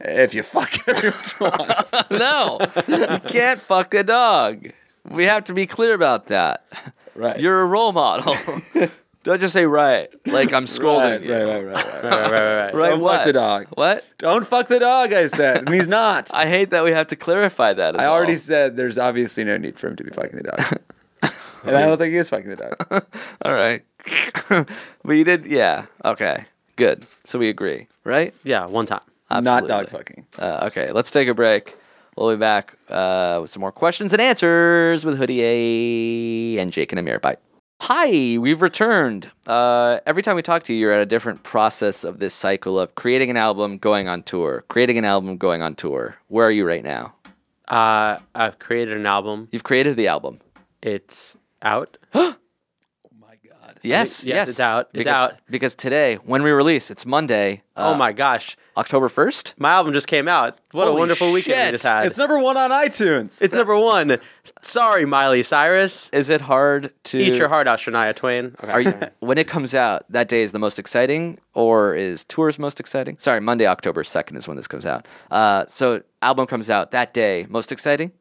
Speaker 2: If you fuck it <laughs> every once in a while.
Speaker 3: <laughs> no, you can't fuck a dog. We have to be clear about that.
Speaker 2: Right. <laughs>
Speaker 3: You're a role model. Do I just say right? Like I'm scolding
Speaker 2: Right,
Speaker 3: you.
Speaker 2: right, right, right, right.
Speaker 4: Right, right, right, right.
Speaker 3: Right,
Speaker 2: Don't fuck
Speaker 3: what?
Speaker 2: the dog.
Speaker 3: What?
Speaker 2: Don't fuck the dog, I said, and he's
Speaker 3: <laughs>
Speaker 2: not.
Speaker 3: I hate that we have to clarify that. As
Speaker 2: I already
Speaker 3: all.
Speaker 2: said there's obviously no need for him to be fucking
Speaker 3: <laughs>
Speaker 2: the dog. and I don't think he is fucking the dog.
Speaker 3: All right. <laughs> but you did, yeah. Okay. Good. So we agree, right?
Speaker 4: Yeah, one time.
Speaker 2: Not
Speaker 3: Absolutely.
Speaker 2: dog fucking.
Speaker 3: Uh, okay. Let's take a break. We'll be back uh, with some more questions and answers with Hoodie A and Jake and Amir. Bye. Hi, we've returned. Uh, every time we talk to you, you're at a different process of this cycle of creating an album, going on tour, creating an album, going on tour. Where are you right now?
Speaker 4: Uh, I've created an album.
Speaker 3: You've created the album.
Speaker 4: It's out.
Speaker 3: Yes,
Speaker 4: yes,
Speaker 3: yes,
Speaker 4: it's out. It's
Speaker 3: because,
Speaker 4: out.
Speaker 3: because today, when we release, it's Monday. Uh,
Speaker 4: oh my gosh,
Speaker 3: October first.
Speaker 4: my album just came out. What a
Speaker 3: Holy
Speaker 4: wonderful weekend we
Speaker 3: shit.
Speaker 4: just had.
Speaker 2: It's number one on iTunes.
Speaker 4: It's number one. Sorry, Miley Cyrus.
Speaker 3: Is it hard to
Speaker 4: Eat your heart out, Shania Twain. Okay.
Speaker 3: Are you, <laughs> when it comes out, that day is the most exciting, or is tours most exciting? Sorry, Monday, October second is when this comes out. Uh, so album comes out that day, most exciting.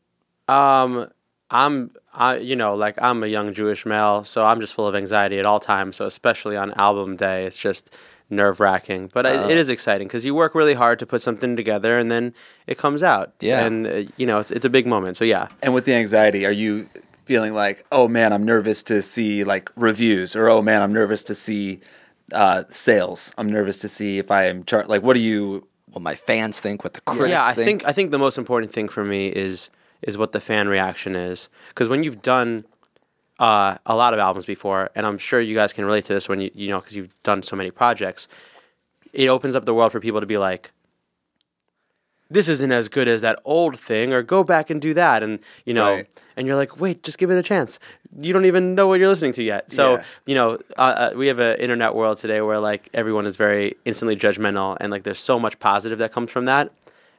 Speaker 4: Um, I'm, I, you know, like I'm a young Jewish male, so I'm just full of anxiety at all times. So especially on album day, it's just nerve wracking. But it- it is exciting because you work really hard to put something together, and then it comes out.
Speaker 3: Yeah.
Speaker 4: and uh, you know, it's it's a big moment. So yeah,
Speaker 2: And with the anxiety, are you feeling like, oh man, I'm nervous to see like reviews, or oh man, I'm nervous to see uh, sales. I'm nervous to see if I am chart. Like, what do you?
Speaker 3: What my fans think, what the critics
Speaker 4: yeah. I
Speaker 3: think.
Speaker 4: think I think the most important thing for me is is what the fan reaction is because when you've done. Uh, a lot of albums before, and I'm sure you guys can relate to this when you you know because you've done so many projects. It opens up the world for people to be like, this isn't as good as that old thing or go back and do that and you know
Speaker 2: Right.
Speaker 4: and you're like wait just give it a chance you don't even know what you're listening to yet so
Speaker 2: Yeah.
Speaker 4: you know uh, uh, we have an internet world today where like everyone is very instantly judgmental and like there's so much positive that comes from that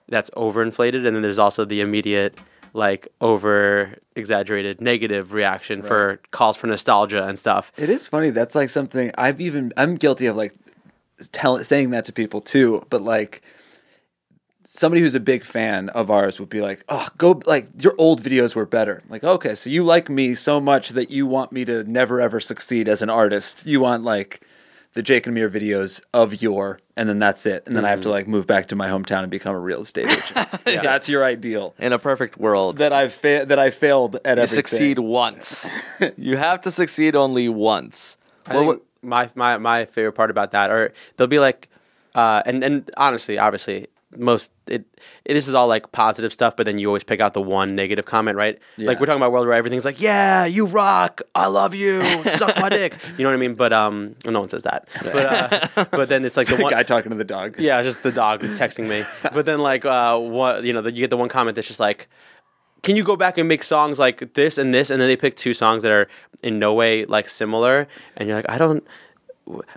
Speaker 4: that's overinflated and then there's also the immediate like over exaggerated negative reaction for calls for nostalgia and stuff
Speaker 2: It is funny. That's like something I've even I'm guilty of like tell, saying that to people too. But like somebody who's a big fan of ours would be like, oh, go like your old videos were better. Like, okay, so you like me so much that you want me to never ever succeed as an artist. You want like the Jake and Amir videos of your, and then that's it. And then I have to
Speaker 3: Mm-hmm.
Speaker 2: like move back to my hometown and become a real estate
Speaker 3: <laughs>
Speaker 2: agent. That's your ideal.
Speaker 3: in a perfect world,
Speaker 2: That I've fa- that I failed at
Speaker 3: you
Speaker 2: everything.
Speaker 3: succeed
Speaker 4: <laughs>
Speaker 3: once. you have to succeed only once.
Speaker 4: I
Speaker 3: Well,
Speaker 4: think my my my favorite part about that, or they'll be like, uh, and and honestly, obviously, most it, it this is all like positive stuff, but then you always pick out the one negative comment, right? Like we're talking about a world where everything's like, yeah, you rock, I love you, suck <laughs> my dick, you know what I mean? But um, no one says that. But uh, <laughs> but then it's like the
Speaker 2: The
Speaker 4: one.
Speaker 2: guy talking to the dog.
Speaker 4: Yeah, it's just the dog texting me. But then like uh what you know, you get the one comment that's just like can you go back and make songs like this and this and then they pick two songs that are in no way like similar and you're like I don't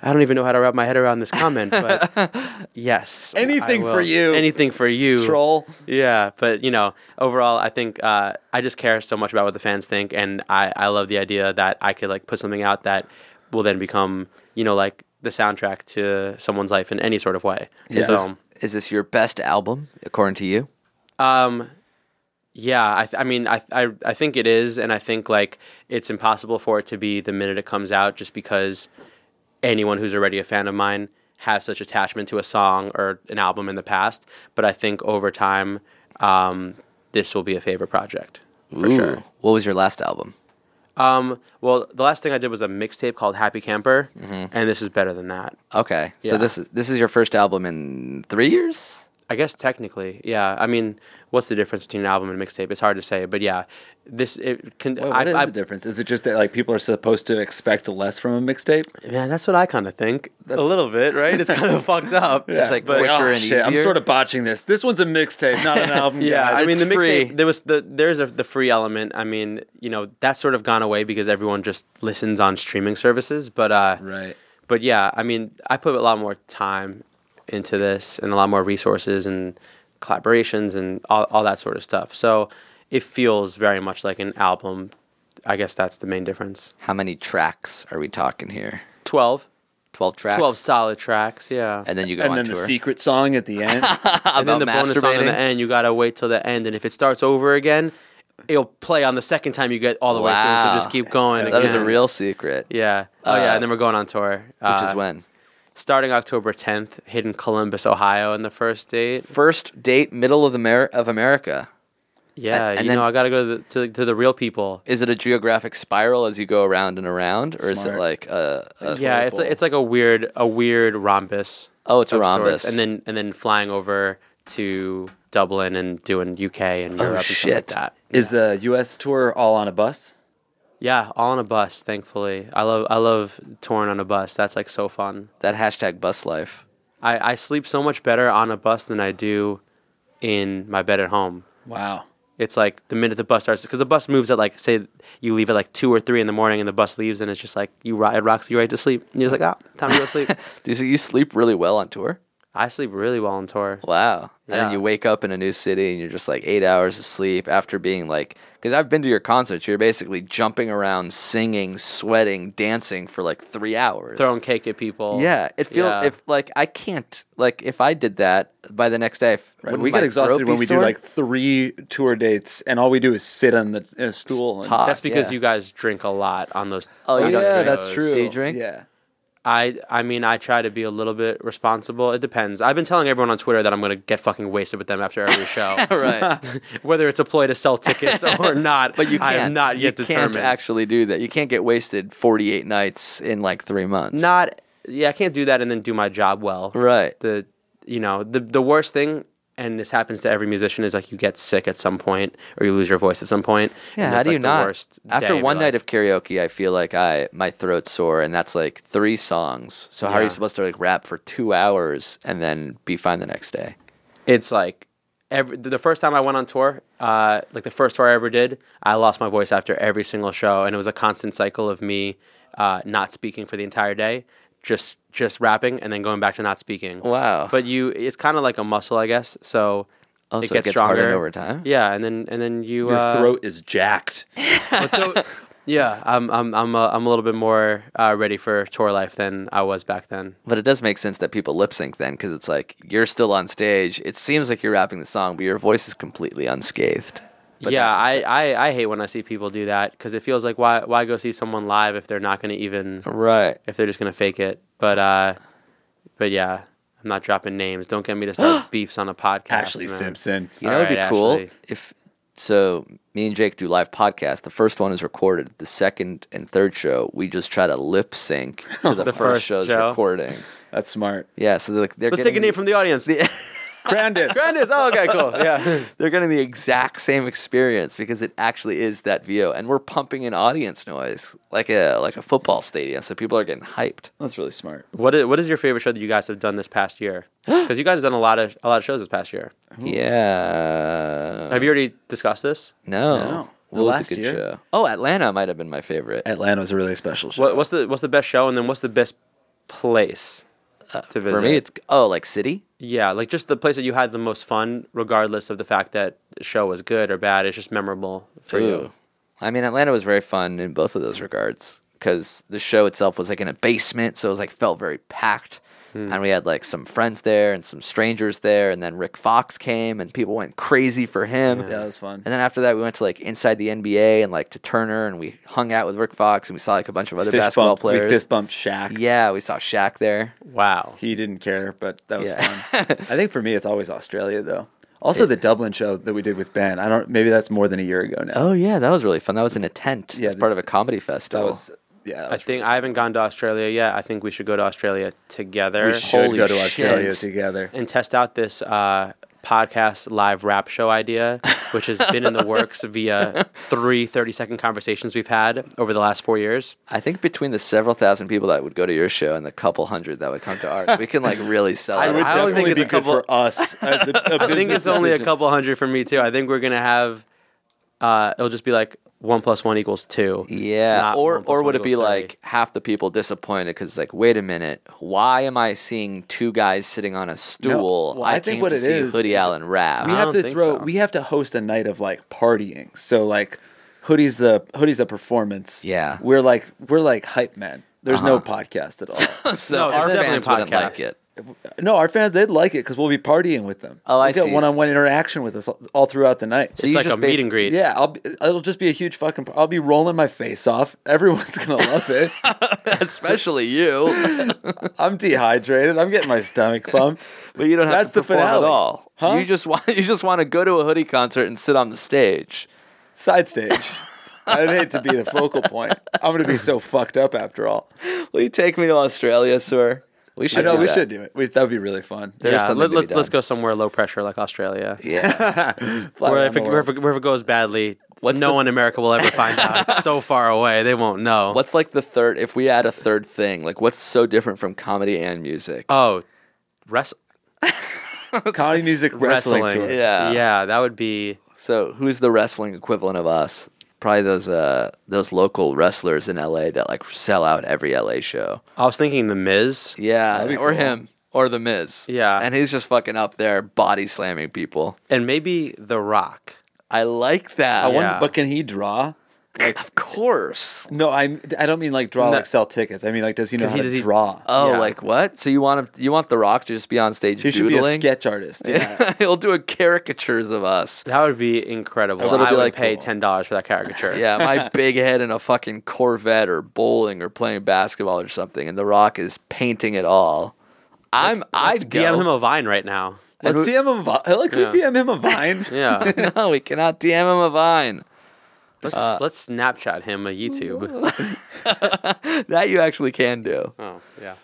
Speaker 4: I don't even know how to wrap my head around this comment, but
Speaker 2: <laughs>
Speaker 4: yes. I
Speaker 2: Anything for
Speaker 4: will.
Speaker 2: you.
Speaker 4: Anything for you.
Speaker 2: Troll.
Speaker 4: Yeah, but you know, overall, I think uh, I just care so much about what the fans think, and I, I love the idea that I could like put something out that will then become you know like the soundtrack to someone's life in any sort of way.
Speaker 3: is, this,
Speaker 4: So,
Speaker 3: is this your best album according to you?
Speaker 4: um, yeah, I, th- I mean, I, I I think it is, and I think like it's impossible for it to be the minute it comes out, just because anyone who's already a fan of mine has such attachment to a song or an album in the past. But I think over time, um, this will be a favorite project. For
Speaker 3: Ooh.
Speaker 4: sure.
Speaker 3: What was your last album?
Speaker 4: Um, well, the last thing I did was a mixtape called Happy Camper,
Speaker 2: Mm-hmm.
Speaker 4: and this is better than that.
Speaker 3: Okay, so
Speaker 4: Yeah.
Speaker 3: this is this is your first album in three years.
Speaker 4: I guess technically, yeah. I mean, what's the difference between an album and a mixtape? It's hard to say, but yeah, this it can.
Speaker 2: Wait,
Speaker 4: I,
Speaker 2: Oh, what is
Speaker 4: I-
Speaker 2: the difference? Is it just that like people are supposed to expect less from a mixtape?
Speaker 4: Yeah, that's what I kind of think. a little bit, right?
Speaker 2: <laughs>
Speaker 4: It's kind of fucked up.
Speaker 3: It's like
Speaker 2: But-
Speaker 3: quicker
Speaker 2: oh,
Speaker 3: and
Speaker 2: shit,
Speaker 3: easier.
Speaker 2: I'm sort of botching this. This one's a mixtape, not
Speaker 3: <laughs>
Speaker 2: an album.
Speaker 4: Yeah,
Speaker 2: guys.
Speaker 4: I mean
Speaker 3: it's
Speaker 4: the
Speaker 3: free.
Speaker 4: mixtape. There was the there's a, the free element. I mean, you know, that's sort of gone away because everyone just listens on streaming services. But uh,
Speaker 2: right.
Speaker 4: but yeah, I mean, I put a lot more time into this and a lot more resources and collaborations and all, all that sort of stuff. So it feels very much like an album. I guess that's the main difference.
Speaker 3: How many tracks are we talking here?
Speaker 4: 12,
Speaker 3: 12 tracks.
Speaker 4: 12 solid tracks, yeah.
Speaker 3: And then you go
Speaker 2: And
Speaker 3: on
Speaker 2: then
Speaker 3: tour.
Speaker 2: the secret song at the end.
Speaker 3: <laughs>
Speaker 4: And then
Speaker 3: about
Speaker 4: the bonus song on
Speaker 3: masturbating?
Speaker 4: the end, you gotta wait till the end. And if it starts over again, it'll play on the second time you get all the way through. So just keep going.
Speaker 3: That is a
Speaker 4: again.
Speaker 3: real secret.
Speaker 4: Yeah. Oh yeah,
Speaker 3: Uh,
Speaker 4: and then we're going on tour,
Speaker 3: Which
Speaker 4: Uh,
Speaker 3: is when
Speaker 4: starting October 10th, hidden Columbus, Ohio, in the first date.
Speaker 3: first date, middle of the Mer- of America.
Speaker 4: Yeah,
Speaker 3: and
Speaker 4: you
Speaker 3: then-
Speaker 4: know I gotta go to the, to, to the real people.
Speaker 3: Is it a geographic spiral as you go around and around, or is it
Speaker 2: Smart.
Speaker 3: like a, a
Speaker 4: yeah, it's a, it's like a weird a weird rhombus.
Speaker 3: Oh, it's a
Speaker 4: of sorts.
Speaker 3: rhombus.
Speaker 4: and then and then flying over to Dublin and doing UK and Europe and stuff
Speaker 3: Oh, shit.
Speaker 4: like that.
Speaker 2: Oh, Is the U.S. tour all on a bus?
Speaker 4: Yeah, all on a bus. Thankfully, I love I love touring on a bus. That's like so fun.
Speaker 3: that hashtag bus life?
Speaker 4: I, I sleep so much better on a bus than I do in my bed at home.
Speaker 2: Wow.
Speaker 4: It's like the minute the bus starts, because the bus moves at like, say, you leave at like two or three in the morning, and the bus leaves, and it's just like you ro- it rocks you right to sleep. And you're just like, ah, time to go
Speaker 3: <laughs>
Speaker 4: to sleep.
Speaker 3: Do you, you sleep really well on tour?
Speaker 4: I sleep really well on
Speaker 3: Oh,
Speaker 4: tour.
Speaker 3: Wow. And then
Speaker 4: Yeah.
Speaker 3: you wake up in a new city and you're just like eight hours of sleep after being like, because I've been to your concerts, you're basically jumping around, singing, sweating, dancing for like three hours.
Speaker 4: Throwing cake at people.
Speaker 3: Yeah, it feels
Speaker 4: Yeah.
Speaker 3: if like I can't like if I did that by the next day. If,
Speaker 2: Right.
Speaker 3: wouldn't
Speaker 2: We get
Speaker 3: my
Speaker 2: exhausted
Speaker 3: throat
Speaker 2: when
Speaker 3: be
Speaker 2: we
Speaker 3: sore?
Speaker 2: do like three tour dates, and all we do is sit on the in a stool. And,
Speaker 3: Talk,
Speaker 4: That's because
Speaker 3: Uh, yeah.
Speaker 4: you guys drink a lot on those.
Speaker 3: Oh,
Speaker 4: on
Speaker 3: you
Speaker 4: those
Speaker 3: don't
Speaker 2: yeah,
Speaker 3: drink.
Speaker 2: that's
Speaker 4: shows.
Speaker 2: true.
Speaker 3: Do you drink?
Speaker 2: Yeah.
Speaker 4: I I mean I try to be a little bit responsible. It depends. I've been telling everyone on Twitter that I'm gonna get fucking wasted with them after
Speaker 3: <laughs>
Speaker 4: every show,
Speaker 3: <laughs> right.
Speaker 4: <laughs> whether it's a ploy to
Speaker 3: <laughs>
Speaker 4: sell tickets or not.
Speaker 3: But you
Speaker 4: I
Speaker 3: can't.
Speaker 4: have not yet
Speaker 3: you
Speaker 4: determined.
Speaker 3: Can't actually do that. You can't get wasted 48 nights in like three months.
Speaker 4: not yeah i can't do that and then do my job well
Speaker 3: Right.
Speaker 4: the you know the the worst thing and this happens to every musician is like you get sick at some point or you lose your voice at some point
Speaker 3: Yeah,
Speaker 4: and
Speaker 3: how
Speaker 4: that's,
Speaker 3: do you
Speaker 4: like, the
Speaker 3: not?
Speaker 4: worst day
Speaker 3: After
Speaker 4: your
Speaker 3: one night
Speaker 4: life.
Speaker 3: of karaoke, I feel like I my throat's sore, and that's like three songs. So how are you
Speaker 4: Yeah.
Speaker 3: supposed to like rap for two hours and then be fine the next day?
Speaker 4: it's like every the first time i went on tour uh like the first tour i ever did i lost my voice after every single show and it was a constant cycle of me uh not speaking for the entire day just just rapping and then going back to not speaking
Speaker 3: Wow.
Speaker 4: but you it's kind of like a muscle i guess so
Speaker 3: Oh,
Speaker 4: it
Speaker 3: so it
Speaker 4: gets
Speaker 3: gets harder
Speaker 4: stronger
Speaker 3: over time?
Speaker 4: yeah and then and then you
Speaker 2: Your
Speaker 4: uh,
Speaker 2: throat is jacked.
Speaker 4: Yeah, I'm I'm I'm uh, I'm a little bit more uh, ready for tour life than I was back then.
Speaker 3: But it does make sense that people lip sync then, because it's like you're still on stage. It seems like you're rapping the song, but your voice is completely unscathed. But
Speaker 4: yeah, I, I I hate when I see people do that because it feels like why why go see someone live if they're not going to even
Speaker 3: Right.
Speaker 4: if they're just going to fake it. But uh, but yeah, I'm not dropping names. Don't get me to start beefs on a podcast.
Speaker 2: Ashley
Speaker 4: man.
Speaker 2: Simpson.
Speaker 3: You know, it'd be
Speaker 4: Alright,
Speaker 3: cool
Speaker 4: Ashley.
Speaker 3: if. So me and Jake do live podcasts. The first one is recorded. The second and third show, we just try to lip sync
Speaker 4: <laughs>
Speaker 3: to the, first,
Speaker 4: first
Speaker 3: show's
Speaker 4: show.
Speaker 3: recording.
Speaker 2: That's smart.
Speaker 3: Yeah, so they're, they're
Speaker 4: Let's
Speaker 3: getting
Speaker 4: take a name from the audience.
Speaker 2: Grandis.
Speaker 4: Brandis. Oh, okay, cool. Yeah.
Speaker 3: they're getting the exact same experience because it actually is that VO, and we're pumping in audience noise like a like a football stadium, so people are getting hyped.
Speaker 2: That's really smart.
Speaker 4: <laughs> what is what is your favorite show that you guys have done this past year? Because you guys have done a lot of a lot of shows this past year.
Speaker 3: Yeah,
Speaker 4: Have you already discussed this?
Speaker 3: no,
Speaker 2: No.
Speaker 3: What was
Speaker 2: Last
Speaker 3: a good
Speaker 2: year?
Speaker 3: show? Oh, Atlanta might have been my favorite.
Speaker 2: Atlanta was a really special show.
Speaker 4: What, what's the what's the best show, and then what's the best place to visit?
Speaker 3: For me, it's oh, like city.
Speaker 4: yeah, like just the place that you had the most fun, regardless of the fact that the show was good or bad. It's just memorable for you.
Speaker 3: Ooh. I mean, Atlanta was very fun in both of those regards because the show itself was like in a basement, so it was like felt very packed.
Speaker 2: Hmm.
Speaker 3: And we had like some friends there and some strangers there, and then Rick Fox came and people went crazy for him.
Speaker 2: Yeah, that was fun.
Speaker 3: And then after that, we went to like inside the NBA and like to Turner, and we hung out with Rick Fox, and we saw like a bunch of other
Speaker 2: Fist
Speaker 3: basketball
Speaker 2: bumped-
Speaker 3: players.
Speaker 2: We fist bumped Shaq.
Speaker 3: yeah, we saw Shaq there.
Speaker 4: Wow.
Speaker 2: He didn't care, but that was
Speaker 3: Yeah.
Speaker 2: fun. <laughs> I think for me, it's always Australia though. Also, the Dublin show that we did with Ben. I don't. Maybe that's more than a year ago now.
Speaker 3: Oh yeah, that was really fun. That was in a tent.
Speaker 2: Yeah,
Speaker 3: Yeah, it's part of a comedy festival.
Speaker 2: that was. Yeah, that
Speaker 4: I
Speaker 2: was
Speaker 4: think I haven't gone to Australia yet. I think we should go to Australia together
Speaker 2: We should
Speaker 3: Holy
Speaker 2: go to
Speaker 3: shit.
Speaker 2: Australia together.
Speaker 4: and test out this uh, podcast live rap show
Speaker 3: <laughs>
Speaker 4: idea, which has been in the works via three 30 second conversations we've had over the last four years.
Speaker 3: I think between the several thousand people that would go to your show and the couple hundred that would come to ours, we can like
Speaker 2: <laughs>
Speaker 3: really sell.
Speaker 4: I
Speaker 3: it.
Speaker 4: would I don't think
Speaker 2: Definitely
Speaker 4: it's
Speaker 2: be
Speaker 4: a
Speaker 2: good
Speaker 4: couple.
Speaker 2: for us.
Speaker 4: <laughs>
Speaker 2: As a, a
Speaker 4: I think
Speaker 2: business
Speaker 4: it's only a
Speaker 2: decision.
Speaker 4: couple hundred for me too. I think we're gonna have. Uh, it'll just be like one plus one equals two.
Speaker 3: Yeah,
Speaker 4: not
Speaker 3: or
Speaker 4: one plus
Speaker 3: or
Speaker 4: one
Speaker 3: would it
Speaker 4: equals
Speaker 3: be
Speaker 4: three.
Speaker 3: like half the people disappointed because like, wait a minute, why am I seeing two guys sitting on a stool?
Speaker 2: well, I think
Speaker 3: came
Speaker 2: what
Speaker 3: to
Speaker 2: it
Speaker 3: see
Speaker 2: is
Speaker 3: Hoodie
Speaker 2: is-
Speaker 3: Allen rap.
Speaker 2: we
Speaker 4: I
Speaker 2: have
Speaker 4: don't
Speaker 2: to
Speaker 4: think
Speaker 2: throw
Speaker 4: so.
Speaker 2: we have to host a night of like partying so like hoodie's the hoodie's a performance
Speaker 3: Yeah.
Speaker 2: we're like we're like hype men there's no podcast at all <laughs>
Speaker 3: so
Speaker 4: No, it's
Speaker 3: our
Speaker 4: definitely
Speaker 3: fans
Speaker 4: a
Speaker 3: wouldn't
Speaker 4: podcast.
Speaker 3: like it. <laughs>
Speaker 2: No, our fans they'd like it because we'll be partying with them.
Speaker 3: Oh, I
Speaker 2: They'll
Speaker 3: see.
Speaker 2: Get one-on-one interaction with us all- all throughout the night.
Speaker 3: you
Speaker 4: it's like
Speaker 3: just
Speaker 4: a meet
Speaker 3: basi-
Speaker 4: and greet.
Speaker 2: yeah, I'll be, it'll just be a huge fucking. I'll be rolling my face off. <laughs> Everyone's gonna love
Speaker 4: <laughs>
Speaker 2: it.
Speaker 3: especially you.
Speaker 2: I'm dehydrated. I'm getting my stomach pumped.
Speaker 3: <laughs> But you don't
Speaker 2: That's
Speaker 3: have to
Speaker 2: the
Speaker 3: perform at
Speaker 2: finale.
Speaker 3: all.
Speaker 2: Huh?
Speaker 3: You just want <laughs> you just want to go to a hoodie concert and sit on the stage.
Speaker 2: Side stage. I'd hate to be the focal point. I'm gonna be so fucked up after all.
Speaker 3: Will you take me to Australia, sir? We
Speaker 2: I
Speaker 3: should.
Speaker 2: know
Speaker 3: do
Speaker 2: we
Speaker 3: that.
Speaker 2: should do it. We, that would be really fun.
Speaker 3: There's
Speaker 4: yeah,
Speaker 3: something
Speaker 4: let,
Speaker 3: to be
Speaker 4: let's let's
Speaker 3: done.
Speaker 4: go somewhere low pressure like Australia.
Speaker 3: Yeah.
Speaker 2: <laughs>
Speaker 3: <laughs>
Speaker 2: Fly
Speaker 4: Where
Speaker 2: around
Speaker 4: if,
Speaker 2: the
Speaker 4: it, where,
Speaker 2: world.
Speaker 4: if it, where if it goes badly,
Speaker 3: What's
Speaker 4: no
Speaker 3: the-
Speaker 4: one in America will
Speaker 3: <laughs>
Speaker 4: ever find out. It's so far away, they won't know.
Speaker 3: What's like the third? If we add a third thing, like what's so different from comedy and music?
Speaker 4: Oh, wrestling.
Speaker 2: comedy music wrestling,
Speaker 4: wrestling.
Speaker 2: tour.
Speaker 3: Yeah.
Speaker 4: yeah, that would be.
Speaker 3: So who's the wrestling equivalent of us? Probably those uh those local wrestlers in LA that like sell out every LA show.
Speaker 4: I was thinking the Miz.
Speaker 3: Yeah,
Speaker 2: That'd be
Speaker 3: or
Speaker 2: cool.
Speaker 3: him, or the Miz.
Speaker 4: Yeah.
Speaker 3: and he's just fucking up there, body slamming people.
Speaker 4: and maybe The Rock.
Speaker 3: I like that.
Speaker 2: I wonder,
Speaker 4: Yeah.
Speaker 2: but can he draw?
Speaker 3: of course.
Speaker 2: No, I I don't mean like draw
Speaker 4: No.
Speaker 2: like sell tickets. I mean like does he know how
Speaker 4: he-
Speaker 2: to
Speaker 4: does he-
Speaker 2: draw?
Speaker 3: Oh,
Speaker 4: Yeah.
Speaker 3: like what? So you want him? You want The Rock to just be on stage
Speaker 2: he should
Speaker 3: doodling?
Speaker 2: be a
Speaker 3: <laughs>
Speaker 2: sketch artist. Yeah.
Speaker 3: He'll do a caricatures of us.
Speaker 4: That would be incredible.
Speaker 3: So it'll
Speaker 4: I
Speaker 3: be
Speaker 4: would
Speaker 3: like-
Speaker 4: pay ten dollars for that caricature.
Speaker 3: Yeah, my big head in a fucking Corvette or bowling or playing basketball or something, and The Rock is painting it all. I'm. I'd
Speaker 4: DM
Speaker 3: go.
Speaker 4: him a Vine right now.
Speaker 2: Let's DM him a vine. Like we DM him a <laughs> vine.
Speaker 3: <laughs>
Speaker 4: Yeah,
Speaker 3: no, we cannot DM him a vine.
Speaker 4: let's
Speaker 3: Uh,
Speaker 4: let's Snapchat him a YouTube.
Speaker 3: That you actually can do.
Speaker 4: Oh yeah,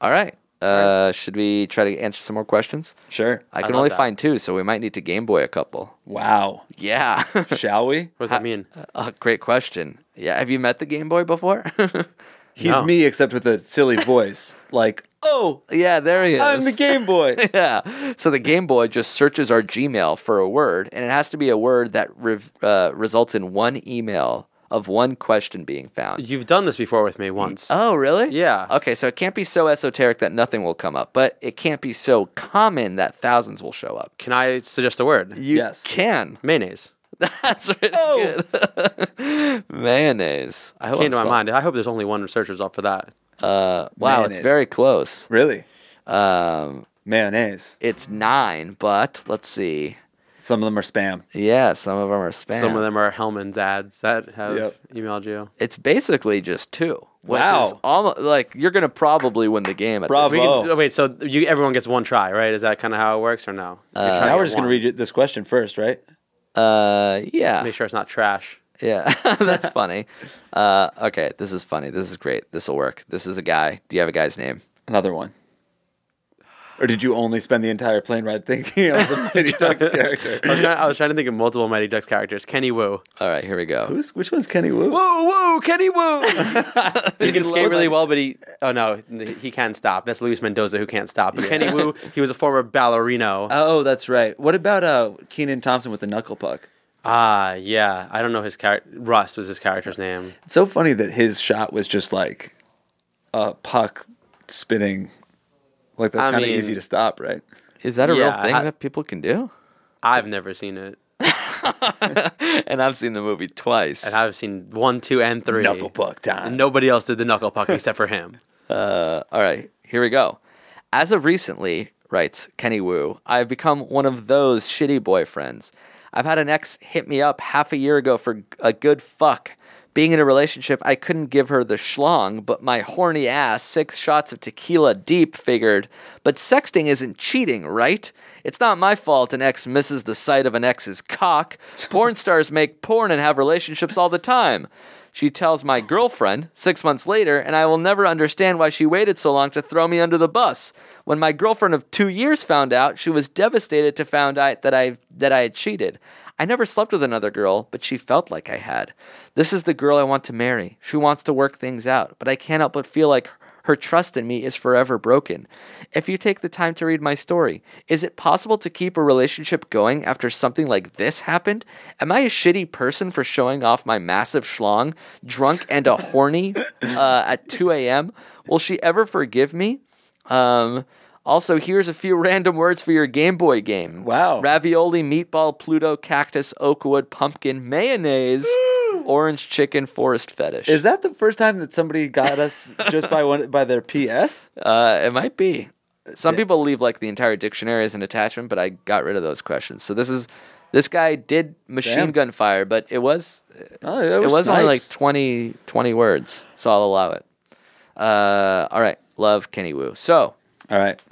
Speaker 3: All right. Uh, should we try to answer some more questions?
Speaker 2: Sure.
Speaker 3: I can
Speaker 4: love
Speaker 3: only
Speaker 4: that.
Speaker 3: find two, so we might need to Game Boy a couple.
Speaker 2: Wow.
Speaker 3: Yeah. <laughs>
Speaker 2: Shall we?
Speaker 4: what does that mean?
Speaker 3: Uh, great question. Yeah, have you met the Game Boy before? <laughs>
Speaker 2: He's
Speaker 4: No.
Speaker 2: me except with a silly voice. Like, oh,
Speaker 3: yeah, there he is.
Speaker 2: I'm the Game Boy.
Speaker 3: <laughs> Yeah. So the Game Boy just searches our Gmail for a word, and it has to be a word that rev- uh, results in one email of one question being found.
Speaker 4: You've done this before with me once.
Speaker 3: Oh, really?
Speaker 4: Yeah.
Speaker 3: Okay, so it can't be so esoteric that nothing will come up, but it can't be so common that thousands will show up.
Speaker 4: Can I suggest a word?
Speaker 3: You
Speaker 2: Yes.
Speaker 3: can. <laughs>
Speaker 4: Mayonnaise
Speaker 3: That's really good. <laughs> Mayonnaise. I hope
Speaker 4: Oh. came
Speaker 3: I'm
Speaker 4: to my
Speaker 3: spell-
Speaker 4: mind. I hope there's only one research result for that.
Speaker 3: Wow, it's
Speaker 2: Mayonnaise.
Speaker 3: very close.
Speaker 2: <laughs> Really?
Speaker 3: Um,
Speaker 2: Mayonnaise.
Speaker 3: it's nine, but let's see.
Speaker 2: Some of them are spam.
Speaker 3: Yeah, some of them are spam.
Speaker 4: Some of them are Hellman's ads that have
Speaker 2: Yep.
Speaker 4: emailed you.
Speaker 3: It's basically just two. Which
Speaker 2: Wow.
Speaker 3: Is almost, like you're gonna probably win the game. At
Speaker 2: Bravo.
Speaker 3: This.
Speaker 4: We can-
Speaker 2: Whoa.
Speaker 4: oh, wait, so you everyone gets one try, right? Is that kind of how it works, or no? You're trying to
Speaker 2: now we're
Speaker 4: get
Speaker 2: just going to
Speaker 4: one.
Speaker 2: read you- this question first, right?
Speaker 3: Uh, yeah.
Speaker 4: Make sure it's not <coughs> trash.
Speaker 3: Yeah, <laughs> that's funny. Uh, okay, this is funny. This is great. This will work. This is a guy. Do you have a guy's name?
Speaker 2: Another one. Or did you only spend the entire plane ride thinking of <laughs> the Mighty Ducks character?
Speaker 4: I was, trying, I was trying to think of multiple Mighty Ducks characters. Kenny Wu.
Speaker 3: All right, here we go.
Speaker 2: Who's, which one's Kenny Wu?
Speaker 3: Woo, woo, Kenny Woo.
Speaker 4: He can skate really well, but he oh no, he can stop. That's Luis Mendoza who can't stop. But Kenny <laughs> Wu, he was a former ballerino.
Speaker 2: Oh, that's right. What about uh, Keenan Thompson with the knuckle puck?
Speaker 4: Ah, yeah. I don't know his character. Russ was his character's name.
Speaker 2: It's so funny that his shot was just like a puck spinning. Like that's
Speaker 4: I
Speaker 2: kind of
Speaker 4: mean-
Speaker 2: easy to stop, right?
Speaker 3: <laughs> Is that a real
Speaker 4: Yeah,
Speaker 3: thing
Speaker 4: I-
Speaker 3: that people can do?
Speaker 4: I've never seen it,
Speaker 3: <laughs> And I've seen the movie twice.
Speaker 4: and I've seen one, two, and three.
Speaker 2: Knuckle puck time.
Speaker 4: Nobody else did the knuckle puck except for <laughs> him.
Speaker 3: All right, here we go. As of recently, writes Kenny Wu, I have become one of those shitty boyfriends. I've had an ex hit me up half a year ago for a good fuck. Being in a relationship, I couldn't give her the schlong, but my horny ass, six shots of tequila deep, figured. But sexting isn't cheating, right? It's not my fault an ex misses the sight of an ex's cock. Porn stars make porn and have relationships all the time. She tells my girlfriend six months later, and I will never understand why she waited so long to throw me under the bus. When my girlfriend of two years found out, she was devastated to find out that I that I had cheated. I never slept with another girl, but she felt like I had. This is the girl I want to marry. She wants to work things out, but I can't help but feel like her trust in me is forever broken. If you take the time to read my story, is it possible to keep a relationship going after something like this happened? Am I a shitty person for showing off my massive schlong, drunk and
Speaker 2: <laughs>
Speaker 3: a horny uh, at 2 a.m.? Will she ever forgive me? Um, also, here's a few random words for your Game Boy game.
Speaker 2: Wow.
Speaker 3: Ravioli, meatball, Pluto, cactus, oakwood, pumpkin, mayonnaise. orange chicken forest fetish.
Speaker 2: Is that the first time that somebody got us just by one by their PS?
Speaker 3: Uh, it might be. Some people leave like the entire dictionary as an attachment, but I got rid of those questions. So this is this guy did machine
Speaker 2: Damn.
Speaker 3: gun fire, but it was it
Speaker 2: Oh, it
Speaker 3: was,
Speaker 2: was
Speaker 3: only like
Speaker 2: snipes.
Speaker 3: 20, 20 words, so I'll allow it. Uh, all right, love Kenny Wu. So
Speaker 2: All right.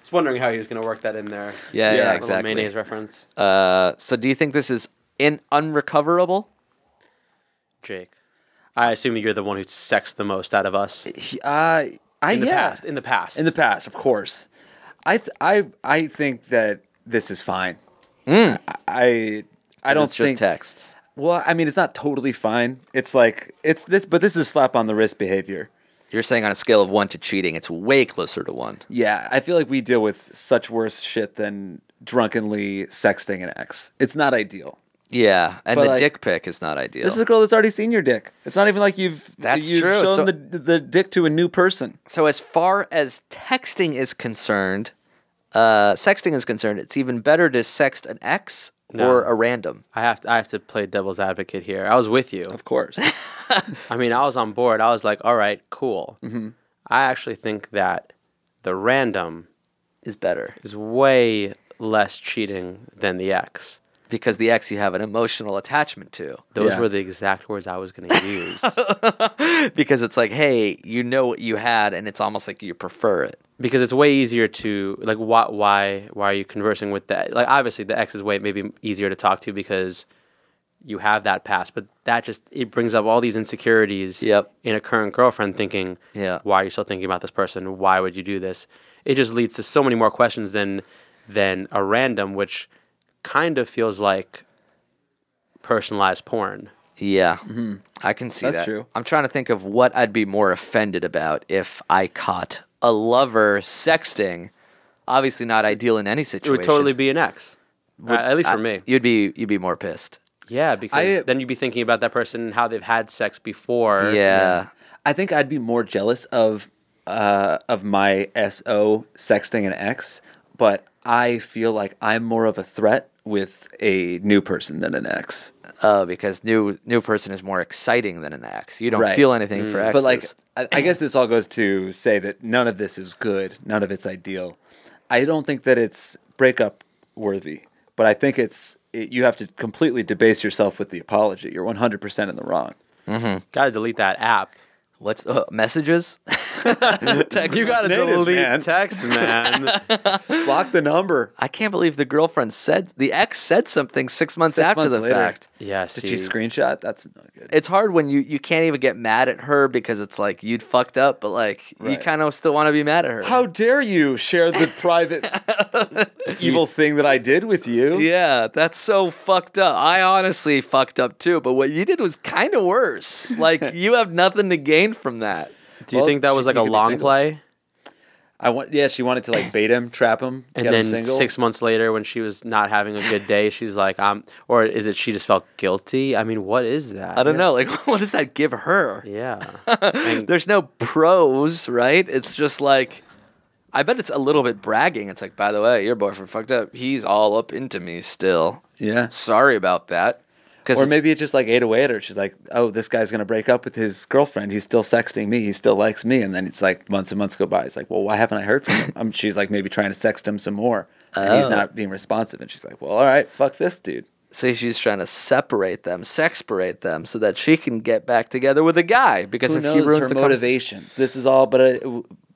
Speaker 4: was wondering how he was going to work that in there.
Speaker 3: yeah, yeah,
Speaker 2: Yeah.
Speaker 4: Little
Speaker 3: exactly.
Speaker 4: Mayonnaise reference.
Speaker 3: Uh, so do you think this is in unrecoverable?
Speaker 4: Jake, I assume you're the one who sexed the most out of us in
Speaker 2: He- I I
Speaker 4: the
Speaker 2: yeah.
Speaker 4: past. In the past.
Speaker 2: In the past, of course. I th- I I think that this is fine. I I don't
Speaker 3: It's just
Speaker 2: think.
Speaker 3: texts.
Speaker 2: Well, I mean, it's not totally fine. It's like it's this, but this is slap on the wrist behavior.
Speaker 3: You're saying on a scale of one to cheating, it's way closer to one.
Speaker 2: Yeah, I feel like we deal with such worse shit than drunkenly sexting an ex. It's not ideal.
Speaker 3: Yeah, and
Speaker 2: But,
Speaker 3: the
Speaker 2: like,
Speaker 3: dick pic is not ideal.
Speaker 2: This is a girl that's already seen your dick. It's not even like you've
Speaker 3: That's
Speaker 2: you've
Speaker 3: true.
Speaker 2: shown
Speaker 3: So-
Speaker 2: the the dick to a new person.
Speaker 3: So as far as texting is concerned, uh, sexting is concerned, it's even better to sext an ex or a random.
Speaker 4: I have to, I have to play devil's advocate here. I was with you.
Speaker 2: Of course. Mm-hmm.
Speaker 4: I mean, I was on board. I was like, all right, cool. I actually think that the random
Speaker 3: Is better
Speaker 4: is way less cheating than the X.
Speaker 3: because the ex you have an emotional attachment to.
Speaker 4: Those
Speaker 2: Yeah.
Speaker 4: were the exact words I was going
Speaker 2: <laughs>
Speaker 4: to use
Speaker 3: <laughs> Because it's like, hey, you know what you had, and it's almost like you prefer it.
Speaker 4: because it's way easier to like why why why are you conversing with that? Like obviously the X is way maybe easier to talk to because you have that past, but that just it brings up all these insecurities
Speaker 3: Yep.
Speaker 4: in a current girlfriend thinking,
Speaker 3: Yeah.
Speaker 4: why are you still thinking about this person? Why would you do this? It just leads to so many more questions than than a random, which kind of feels like personalized porn.
Speaker 3: Yeah,
Speaker 4: Mm-hmm.
Speaker 3: I can see
Speaker 2: That's
Speaker 3: that.
Speaker 2: true.
Speaker 3: I'm trying to think of what I'd be more offended about if I caught a lover sexting. Obviously, not ideal in any
Speaker 4: It
Speaker 3: situation.
Speaker 4: would totally be an X. Uh, at least for me.
Speaker 3: You'd be you'd be more pissed.
Speaker 4: Yeah, because
Speaker 2: I-
Speaker 4: then you'd be thinking about that person and how they've had sex before.
Speaker 3: yeah.
Speaker 2: I think I'd be more jealous of uh, of my SO sexting an ex, but I feel like I'm more of a threat with a new person than an ex.
Speaker 3: Oh, because new new person is more exciting than an ex. You don't
Speaker 2: Right. Mm.
Speaker 3: feel anything for exes.
Speaker 2: But like, I, I guess this all goes to say that none of this is good, none of it's ideal. I don't think that it's breakup worthy, but I think it's it, you have to completely debase yourself with the apology. You're 100% in the wrong.
Speaker 4: Gotta delete that app.
Speaker 3: what's uh, messages? <laughs> Text-
Speaker 4: You gotta
Speaker 2: Native,
Speaker 4: delete
Speaker 2: man. <laughs>
Speaker 4: text, man.
Speaker 2: Block the number.
Speaker 3: I can't believe the girlfriend said the ex said something six months
Speaker 2: Six
Speaker 3: after
Speaker 2: months
Speaker 3: the
Speaker 2: later.
Speaker 3: fact.
Speaker 4: <laughs> yeah,
Speaker 2: Did
Speaker 4: see,
Speaker 2: she screenshot? That's not good.
Speaker 3: It's hard when you you can't even get mad at her because it's like you'd fucked up, but like you
Speaker 2: Right.
Speaker 3: kind of still want to be mad at her.
Speaker 2: How dare you share <laughs> the private evil thing that I did with you?
Speaker 3: Yeah, that's so fucked up. I honestly fucked up too, but what you did was kind of worse.
Speaker 2: <laughs>
Speaker 3: Like you have nothing to gain from that.
Speaker 4: do you
Speaker 2: Well,
Speaker 4: think that
Speaker 2: she-
Speaker 4: was like
Speaker 2: he
Speaker 4: a
Speaker 2: could be
Speaker 4: long
Speaker 2: single.
Speaker 4: play?
Speaker 2: I want. Yeah, she wanted to like bait him, trap him,
Speaker 4: And
Speaker 2: get
Speaker 4: then
Speaker 2: him single.
Speaker 4: six months later, when she was not having a good day, she's like, "I'm," or is it she just felt guilty? I mean, what is that?
Speaker 3: I don't know. Like, <laughs> what does that give her?
Speaker 4: Yeah,
Speaker 3: There's no pros, right? It's just like, I bet it's a little bit bragging. It's like, by the way, your boyfriend fucked up. He's all up into me still.
Speaker 2: Yeah.
Speaker 3: Sorry about that. Cause
Speaker 2: Or
Speaker 3: it's-
Speaker 2: maybe it just like ate away at her. She's like, "Oh, this guy's gonna break up with his girlfriend. He's still sexting me. He still likes me." And then it's like months and months go by. It's like, "Well, why haven't I heard from him?" Um, she's like, maybe trying to sext him some more, and he's not being responsive. And she's like, "Well, all right, fuck this dude."
Speaker 3: say she's trying to separate them, sexparate them, so that she can get back together with a guy. Because
Speaker 2: Who
Speaker 3: if
Speaker 2: knows
Speaker 3: he ruins
Speaker 2: her
Speaker 3: the con-
Speaker 2: motivations? This is all, but it,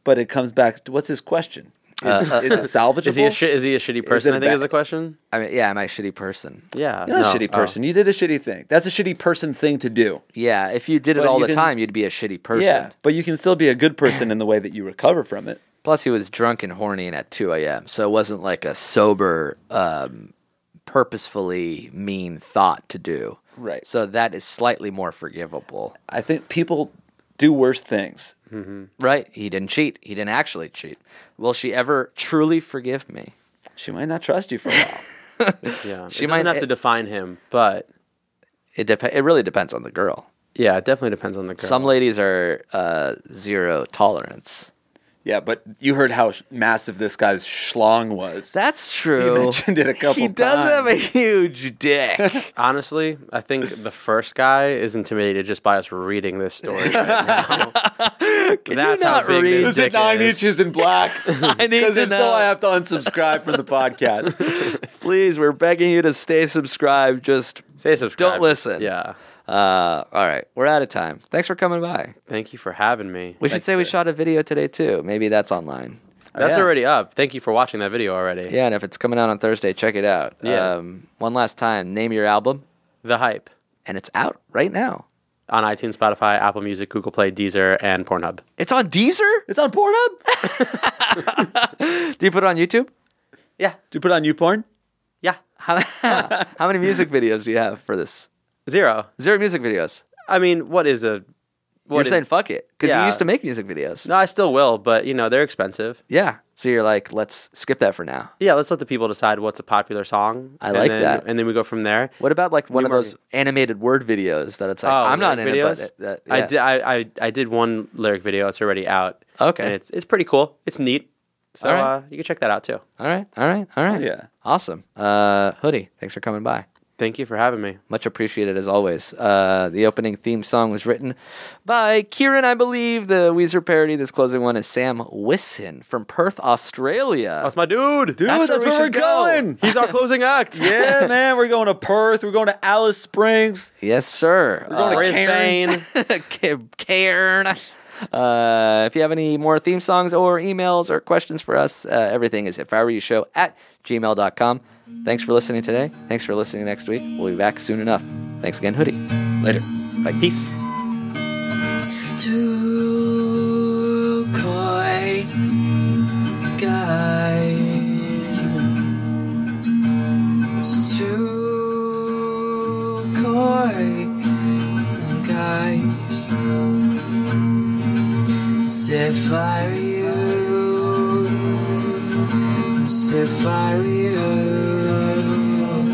Speaker 2: but it comes back. to What's his question? Is, is it salvageable?
Speaker 4: is he a shi- is he a shitty person?
Speaker 2: it
Speaker 4: I think
Speaker 2: ba-
Speaker 4: is the question.
Speaker 3: I mean, yeah, am I a shitty person?
Speaker 4: Yeah,
Speaker 2: You're not a
Speaker 4: no,
Speaker 2: shitty
Speaker 4: oh.
Speaker 2: person. You did a shitty thing. That's a shitty person thing to do.
Speaker 3: Yeah, if you did it
Speaker 2: But
Speaker 3: all
Speaker 2: you
Speaker 3: the
Speaker 2: can-
Speaker 3: time, you'd be a shitty person.
Speaker 2: Yeah, but you can still be a good person in the way that you recover from it.
Speaker 3: Plus, he was drunk and horny and at 2 a.m. So it wasn't like a sober, um, purposefully mean thought to do.
Speaker 2: Right.
Speaker 3: So that is slightly more forgivable.
Speaker 2: I think people do worse things.
Speaker 3: Right. He didn't cheat. He didn't actually cheat. Will she ever truly forgive me?
Speaker 2: She might not trust you for a while.
Speaker 4: Yeah,
Speaker 3: She
Speaker 4: she
Speaker 3: might-
Speaker 4: might have to define him, but
Speaker 3: It, dep- it really depends on the girl.
Speaker 4: yeah, it definitely depends on the girl.
Speaker 3: Some ladies are uh, zero tolerance.
Speaker 2: <laughs> Yeah, but you heard how sh- massive this guy's schlong was.
Speaker 3: That's
Speaker 2: he
Speaker 3: true.
Speaker 2: mentioned it a couple
Speaker 3: He does
Speaker 2: times.
Speaker 3: have a huge <laughs> dick.
Speaker 4: Honestly, I think the first guy is intimidated just by us reading this story. Right now.
Speaker 3: Can
Speaker 4: That's
Speaker 3: you
Speaker 4: how
Speaker 3: not
Speaker 4: big
Speaker 3: read
Speaker 4: this
Speaker 2: Is it
Speaker 4: dick
Speaker 2: nine
Speaker 4: is.
Speaker 2: inches in <laughs> black?
Speaker 3: I need
Speaker 2: Because
Speaker 3: to
Speaker 2: if so,
Speaker 3: know.
Speaker 2: I have to unsubscribe from the <laughs> podcast.
Speaker 3: Please, we're begging you to stay subscribed. Just
Speaker 4: Say subscribe.
Speaker 3: Don't listen.
Speaker 4: Yeah.
Speaker 3: uh, all right, we're out of time. Thanks for coming by.
Speaker 4: Thank you for having me.
Speaker 3: We should say we shot a video today too. Maybe that's online.
Speaker 4: That's
Speaker 2: yeah.
Speaker 4: already up. Thank you for watching that video already.
Speaker 3: Yeah, and if it's coming out on Thursday, check it out.
Speaker 4: Yeah.
Speaker 3: Um, one last time, name your album,
Speaker 4: The hype
Speaker 3: and it's out right now.
Speaker 4: on iTunes, Spotify, Apple Music, Google Play, Deezer, and Pornhub.
Speaker 3: It's on Deezer.
Speaker 2: It's on Pornhub. Do
Speaker 3: Do you put it on
Speaker 4: <laughs>
Speaker 3: YouTube?
Speaker 4: Yeah.
Speaker 2: you put it on YouPorn?
Speaker 4: Yeah.
Speaker 3: How, how many music videos do you have for this?
Speaker 4: Zero.
Speaker 3: Zero music videos.
Speaker 4: I mean, what is a what
Speaker 3: you're
Speaker 4: is-
Speaker 3: saying fuck it because you
Speaker 4: Yeah.
Speaker 3: used to make music videos.
Speaker 4: No, I still will, but you know, they're expensive.
Speaker 3: Yeah. So you're like, let's skip that for now.
Speaker 4: Yeah, let's let the people decide what's a popular song.
Speaker 3: I
Speaker 4: and
Speaker 3: like
Speaker 4: then-
Speaker 3: that.
Speaker 4: And then we go from there.
Speaker 3: What about like one
Speaker 4: We
Speaker 3: of
Speaker 4: were-
Speaker 3: those animated word videos that it's like I'm not in
Speaker 4: lyric Oh, videos.
Speaker 3: it, but it- that-
Speaker 4: I
Speaker 3: yeah.
Speaker 4: did. I, I I did one lyric video. It's already out.
Speaker 3: Okay.
Speaker 4: and it's it's pretty cool. It's neat. So
Speaker 3: All right.
Speaker 4: uh, you can check that out too.
Speaker 3: All right, all right, all right.
Speaker 2: Yeah.
Speaker 3: awesome. Uh, Hoodie, thanks for coming by.
Speaker 4: Thank you for having me.
Speaker 3: Much appreciated as always. Uh, the opening theme song was written by Kieran, I believe. The Weezer parody. This closing one is Sam Wisson from Perth, Australia.
Speaker 4: That's my dude.
Speaker 2: Dude,
Speaker 3: That's
Speaker 2: Oh, that's,
Speaker 3: where
Speaker 2: where
Speaker 3: we
Speaker 2: we're
Speaker 3: should go.
Speaker 2: going.
Speaker 4: He's our closing act.
Speaker 2: yeah, man. We're going to Perth. We're going to Alice Springs.
Speaker 3: Yes, sir.
Speaker 2: We're going to Cairn.
Speaker 4: Brisbane.
Speaker 3: <laughs> Cairn. Uh, if you have any more theme songs or emails or questions for us, uh, everything is if I were you show at gmail.com. Thanks for listening today. Thanks for listening next week. We'll be back soon enough. Thanks again, Hoodie.
Speaker 2: Later.
Speaker 3: Bye. Peace.
Speaker 5: two coy guys. Two coy guys. Sapphire, Sapphire.